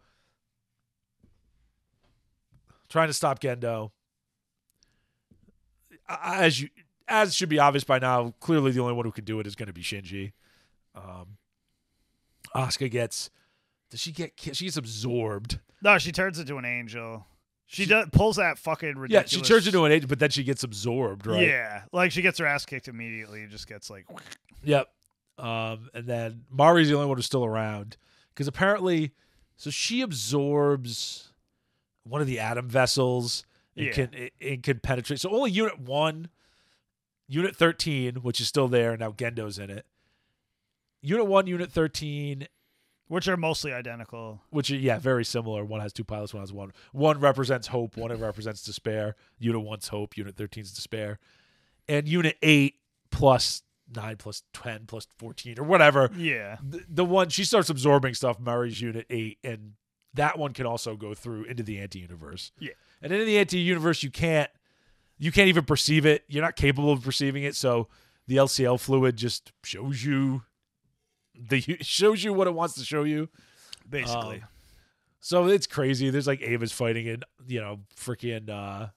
A: trying to stop Gendo, I- as you as should be obvious by now, clearly the only one who can do it is going to be Shinji. Um, Asuka gets. Does she get? ki- She gets absorbed.
B: No, she turns into an angel. She, does pulls that fucking
A: Yeah,
B: ridiculous.
A: she turns into an agent, but then she gets absorbed. Right?
B: Yeah, like she gets her ass kicked immediately. and Just gets like,
A: Yep. Um, and then Mari's the only one who's still around because apparently, so she absorbs one of the atom vessels. It
B: Yeah.
A: can it, it can penetrate. So only Unit One, Unit Thirteen, which is still there and now, Gendo's in it. Unit One, Unit Thirteen,
B: which are mostly identical.
A: which are, yeah, very similar. One has two pilots, one has one. One represents hope, one represents despair. Unit one's hope, unit 13's despair. And unit eight plus nine plus 10 plus 14 or whatever.
B: Yeah,
A: The, the one, she starts absorbing stuff, Murray's unit eight, and that one can also go through into the anti universe.
B: Yeah.
A: And in the anti universe, you can't. You can't even perceive it. You're not capable of perceiving it. So the LCL fluid just shows you the shows you what it wants to show you.
B: basically.
A: Um, so it's crazy. There's like Ava's fighting in, you know, freaking uh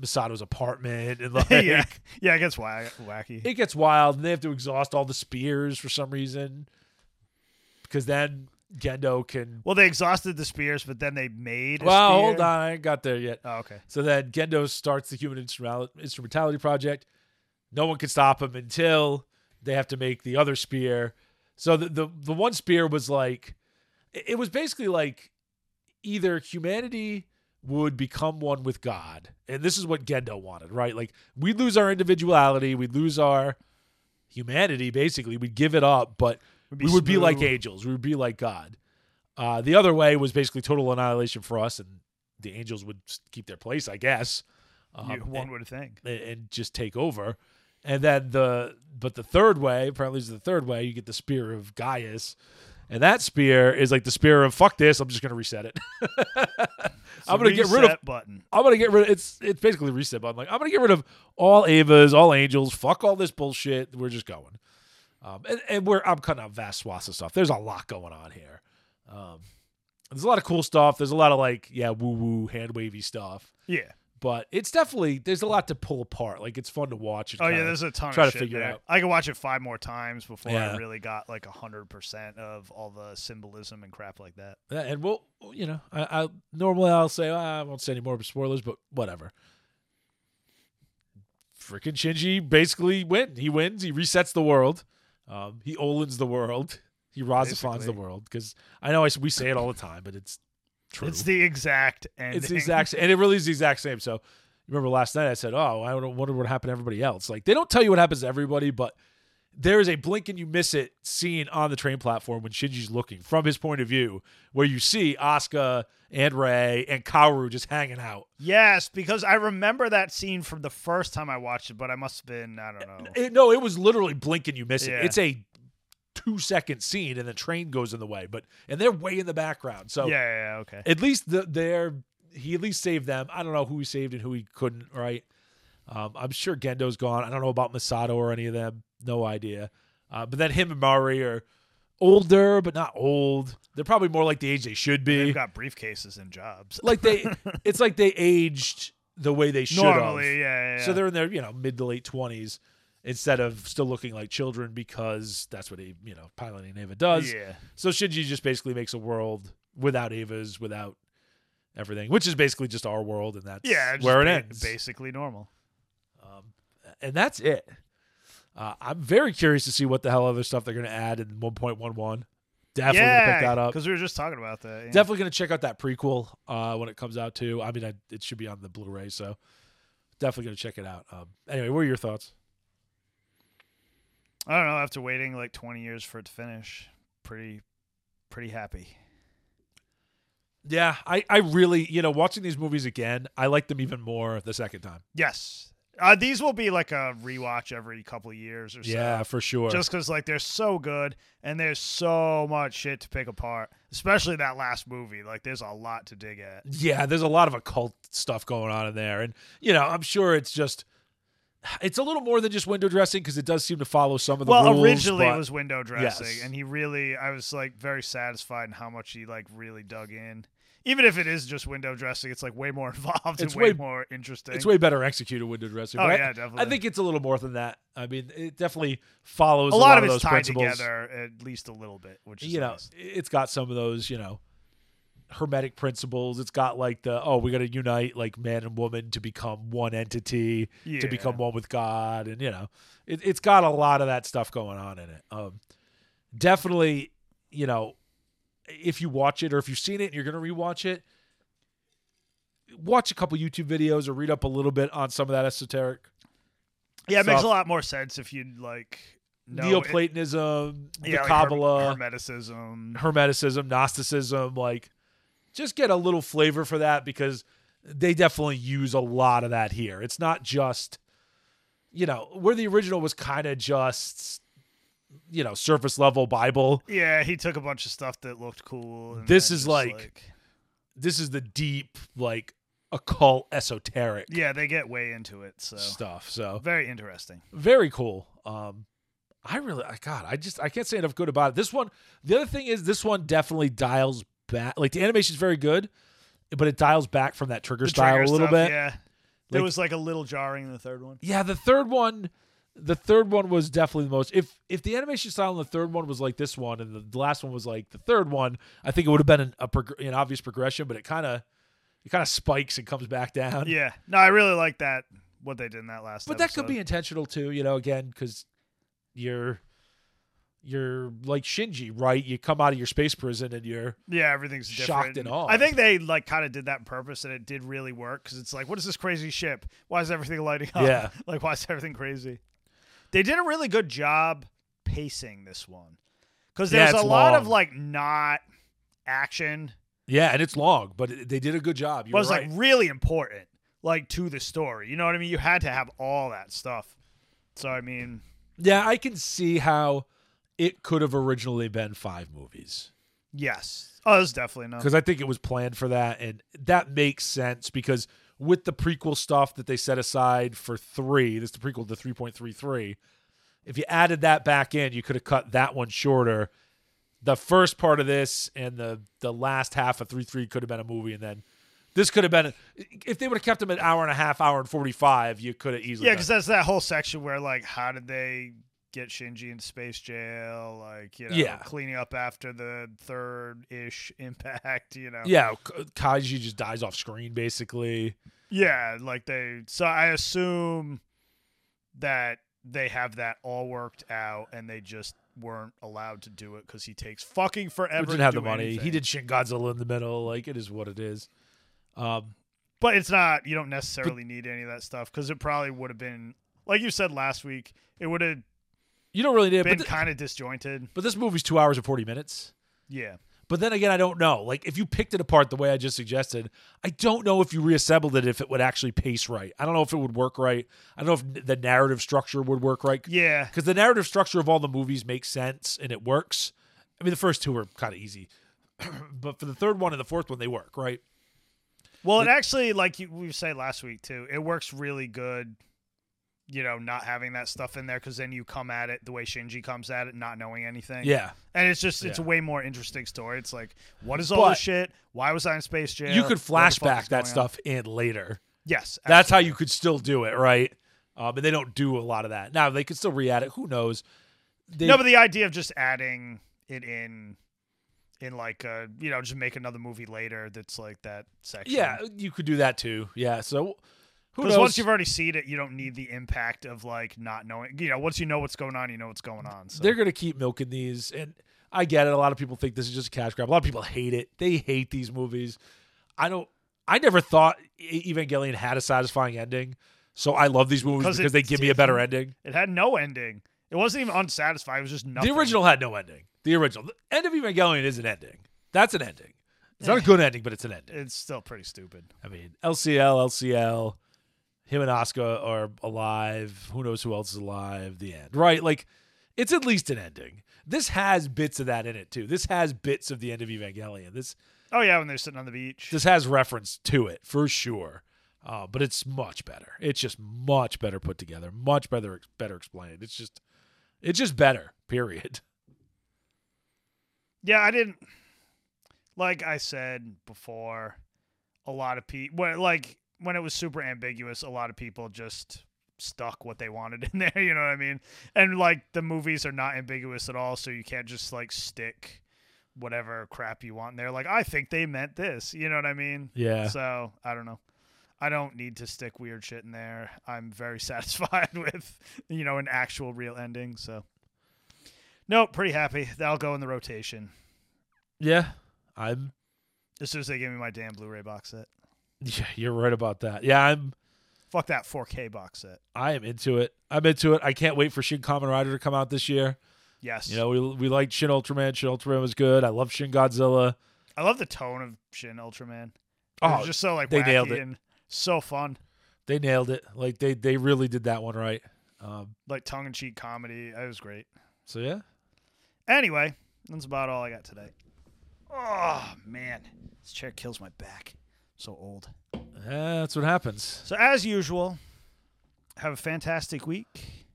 A: Masato's apartment and like
B: yeah, yeah, it gets wa- wacky.
A: it gets wild and they have to exhaust all the spears for some reason. Because then Gendo can
B: well, they exhausted the spears, but then they made. A
A: Well,
B: spear.
A: hold on, I ain't got there yet.
B: Oh, okay.
A: So then Gendo starts the human instrumental- instrumentality project. No one can stop him until they have to make the other spear. So the the, the one spear was like it it was basically like either humanity would become one with God. And this is what Gendo wanted, right? Like we lose our individuality, we lose our humanity basically. We'd give it up, but we would be like
B: smooth.
A: angels. We would be like God. Uh, the other way was basically total annihilation for us, and the angels would s- keep their place, I guess, um,
B: You- one
A: and,
B: would think.
A: and- and just take over. And then the but the third way apparently is the third way. You get the spear of Gaius, and that spear is like the spear of fuck this. I'm just gonna reset it. I'm gonna get rid of
B: Reset button.
A: I'm gonna get rid. Of, it's it's basically reset. But I'm like, I'm gonna get rid of all Avas, all angels. Fuck all this bullshit. We're just going. Um, and, and we're I'm cutting out vast swaths of stuff. There's a lot going on here. Um, there's a lot of cool stuff. There's a lot of like yeah, woo woo, hand wavy stuff.
B: Yeah.
A: But it's definitely there's a lot to pull apart. Like it's fun to watch. and
B: Oh yeah,
A: kinda-
B: there's a ton.
A: try
B: of
A: to
B: shit
A: figure
B: there.
A: out.
B: I could watch it five more times before
A: Yeah.
B: I really got like hundred percent of all the symbolism and crap like that.
A: Yeah, and we'll you know I, I normally I'll say "Ah, I won't say any more spoilers, but whatever. Freaking Shinji basically win. He wins. He resets the world. Um, he Olin's the world. He Razafon's the
B: Basically.
A: world. Because I know I s we say it all the time, but it's true.
B: It's the exact ending.
A: It's the exact and it really is the exact same. So remember last night I said, "Oh, I don't wonder what happened to everybody else." Like they don't tell you what happens to everybody, but there is a blink and you miss it scene on the train platform when Shinji's looking from his point of view, where you see Asuka and Ray and Kaoru just hanging out.
B: Yes, because I remember that scene from the first time I watched it, but I must have been I don't know.
A: It- no, it was literally blink and you miss
B: Yeah.
A: it. It's a two second scene and the train goes in the way, but and they're way in the background. So
B: Yeah, yeah, yeah, okay.
A: at least the, they're he at least saved them. I don't know who he saved and who he couldn't. Right? Um, I'm sure Gendo's gone. I don't know about Masato or any of them. No idea. Uh, but then him and Mari are older, but not old. They're probably more like the age they should be.
B: They've got briefcases and jobs.
A: like they, it's like they aged the way they should have.
B: Normally, yeah, yeah, yeah.
A: So they're in their you know mid to late twenties instead of still looking like children because that's what he you know piloting Ava does.
B: yeah.
A: So Shinji just basically makes a world without Avas, without everything, which is basically just our world, and that's
B: Yeah, just
A: where it
B: ba-
A: ends.
B: Basically normal.
A: Um, and that's it. Uh, I'm very curious to see what the hell other stuff they're going to add in 1.11. Definitely gonna pick that up.
B: Because we were just talking about that. yeah.
A: Definitely going to check out that prequel uh, when it comes out too. I mean, I, it should be on the Blu-ray, so definitely going to check it out. Um, anyway, what are your thoughts?
B: I don't know. After waiting like 20 years for it to finish, pretty, pretty happy.
A: Yeah, I, I really, you know, watching these movies again, I like them even more the second time.
B: Yes, uh, these will be like a rewatch every couple of years or so.
A: Yeah, for sure.
B: Just because like they're so good and there's so much shit to pick apart, especially that last movie. Like there's a lot to dig at.
A: yeah, there's a lot of occult stuff going on in there. And, you know, I'm sure it's just, it's a little more than just window dressing because it does seem to follow some of the
B: well,
A: rules,
B: originally
A: but-
B: it was window dressing,
A: Yes.
B: and he really, I was like very satisfied in how much he like really dug in. Even if it is just window dressing, it's like way more involved
A: It's
B: and way,
A: way-
B: more interesting.
A: It's way better executed window dressing.
B: Oh,
A: but I-
B: yeah,
A: I,
B: definitely.
A: think it's a little more than that. I mean, it definitely follows
B: a lot of,
A: those
B: it's tied
A: principles.
B: together at least a little bit, which is
A: You know,
B: nice.
A: it's got some of those, you know, hermetic principles. It's got like the oh, we got to unite like man and woman to become one entity,
B: Yeah.
A: to become one with God, and you know, it, it's got a lot of that stuff going on in it. Um, definitely, you know, if you watch it or if you've seen it and you're going to rewatch it, watch a couple YouTube videos or read up a little bit on some of that esoteric
B: yeah, it makes
A: stuff.
B: a lot more sense if you like know it-
A: Neoplatonism, the
B: yeah, like Herm-
A: Kabbalah,
B: hermeticism.
A: Hermeticism, Gnosticism, like just get a little flavor for that because they definitely use a lot of that here. It's not just, you know, where the original was kind of just, you know, surface level Bible.
B: Yeah, he took a bunch of stuff that looked cool. And
A: This
B: then
A: is
B: just,
A: like- This is the deep, like occult, esoteric
B: yeah, they get way into it. So
A: stuff. So
B: very interesting.
A: very cool. Um, I really, I- God, I just, I can't say enough good about it. This one, the other thing is, this one definitely dials back. Like the animation's very good, but it dials back from that trigger
B: The
A: style
B: trigger
A: a little
B: stuff,
A: bit.
B: Yeah, there
A: Like-
B: was like a little jarring in the third one.
A: Yeah, the third one, the third one was definitely the most. If if the animation style in the third one was like this one, and the, the last one was like the third one, I think it would have been an, a prog- an obvious progression. But it kind of, it kind of spikes and comes back down.
B: Yeah, no, I really like that what they did in that last.
A: but that could
B: episode.
A: be intentional too you know again because you're you're like shinji right you come out of your space prison and you're
B: Yeah, everything's different.
A: shocked and awed.
B: I think they like kind of did that on purpose, and it did really work because it's like, what is this crazy ship? Why is everything lighting up?
A: Yeah.
B: like why is everything crazy? They did a really good job pacing this one because
A: Yeah,
B: there's
A: it's
B: a lot of
A: long.
B: like not action,
A: yeah and it's long but it- they did a good job you
B: but
A: were
B: it's
A: right
B: like really important, like to the story. You know what I mean? You had to have all that stuff. So I mean,
A: yeah i can see how it could have originally been five movies
B: yes, oh, it's definitely not.
A: because i think it was planned for that and that makes sense because with the prequel stuff that they set aside for three this is the prequel to 3.33 if you added that back in you could have cut that one shorter the first part of this and the the last half of three three could have been a movie, and then this could have been if they would have kept them an hour and a half, hour and forty five, you could have easily.
B: Yeah,
A: done
B: because that's that whole section where like, how did they get Shinji into space jail? Like, you know,
A: Yeah.
B: cleaning up after the third ish impact. You know,
A: it. yeah, K- Kaiji just dies off screen basically.
B: yeah. Like they, so I assume that they have that all worked out, and they just weren't allowed to do it because he takes fucking
A: We
B: forever.
A: didn't
B: to
A: have the
B: do
A: money. He
B: anything.
A: did Shin Godzilla in the middle. Like it is what it is. Um,
B: but it's not. You don't necessarily need any of that stuff because it probably would have been. Like you said last week, it would have
A: you don't really need it,
B: been
A: but, th-
B: kind of disjointed.
A: but this movie's two hours and forty minutes.
B: Yeah.
A: But then again, I don't know. Like if you picked it apart the way I just suggested, I don't know if you reassembled it if it would actually pace right. I don't know if it would work right. I don't know if n- the narrative structure would work right.
B: Yeah.
A: because the narrative structure of all the movies makes sense and it works. I mean, the first two are kind of easy, but for the third one and the fourth one, they work, right?
B: Well, it actually, like you, we said last week too, it works really good. You know, not having that stuff in there because then you come at it the way Shinji comes at it, not knowing anything.
A: Yeah,
B: and it's just it's
A: Yeah.
B: a way more interesting story. It's like, what is all
A: But-
B: this shit? Why was I in space jail?
A: you could
B: What the fuck
A: flashback
B: is going
A: that
B: on?
A: stuff in later.
B: Yes,
A: That's how you could still do it, right? Um, and they don't do a lot of that now. They could still re-add it. Who knows? They,
B: no, but the idea of just adding it in, in like a you know, just make another movie later that's like that section.
A: yeah, you could do that too. Yeah, so who
B: Because
A: knows?
B: once you've already seen it, you don't need the impact of like not knowing. You know, once you know what's going on, you know what's going on. So.
A: They're going to keep milking these. And I get it. A lot of people think this is just a cash grab. A lot of people hate it. They hate these movies. I don't. I never thought E- Evangelion had a satisfying ending. So I love these movies
B: 'Cause
A: because
B: it
A: they give me a better ending.
B: It had no ending. It wasn't even unsatisfying. It was just nothing.
A: The original had no ending. The original. The end of Evangelion is an ending. That's an ending. It's not a good ending, but it's an ending.
B: It's still pretty stupid.
A: I mean, LCL, LCL, him and Oscar are alive. Who knows who else is alive? The end. Right? Like, it's at least an ending. This has bits of that in it too. This has bits of the end of Evangelion. This
B: Oh yeah, when they're sitting on the beach.
A: this has reference to it for sure. Uh, but it's much better. It's just much better put together, much better better explained. It's just it's just better. Period.
B: Yeah, I didn't. Like I said before, a lot of people, when, like when it was super ambiguous, a lot of people just stuck what they wanted in there. You know what I mean? And like the movies are not ambiguous at all, so you can't just like stick whatever crap you want in there. Like I think they meant this. You know what I mean?
A: Yeah.
B: So I don't know. I don't need to stick weird shit in there. I'm very satisfied with you know an actual real ending. So nope, pretty happy. That'll go in the rotation.
A: Yeah. I'm
B: As soon as they give me my damn Blu-ray box set.
A: yeah, you're right about that. Yeah, I'm
B: Fuck that 4K box set.
A: I am into it. I'm into it. I can't wait for Shin Kamen Rider to come out this year.
B: Yes.
A: You know, we we liked Shin Ultraman. Shin Ultraman was good. I love Shin Godzilla.
B: I love the tone of Shin Ultraman. Oh,
A: Oh,
B: just so like
A: they
B: wacky
A: nailed it.
B: and so fun.
A: they nailed it. Like they they really did that one right. Um,
B: Like tongue-in-cheek comedy. It was great.
A: so yeah,
B: Anyway, that's about all I got today. Oh, man. This chair kills my back. so old.
A: Eh, that's what happens.
B: So as usual, have a fantastic week.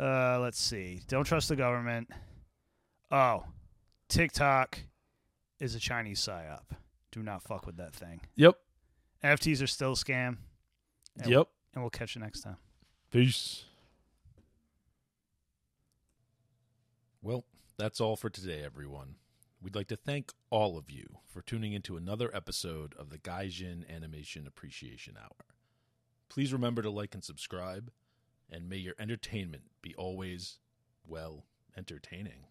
B: Uh, let's see. Don't trust the government. Oh, TikTok is a Chinese psyop. Do not fuck with that thing.
A: Yep.
B: NFTs are still a scam, Yeah.
A: Yep.
B: and we'll catch you next time.
A: Peace.
E: Well, that's all for today, everyone. We'd like to thank all of you for tuning into another episode of the Gaijin Animation Appreciation Hour. Please remember to like and subscribe, and may your entertainment be always, well, entertaining.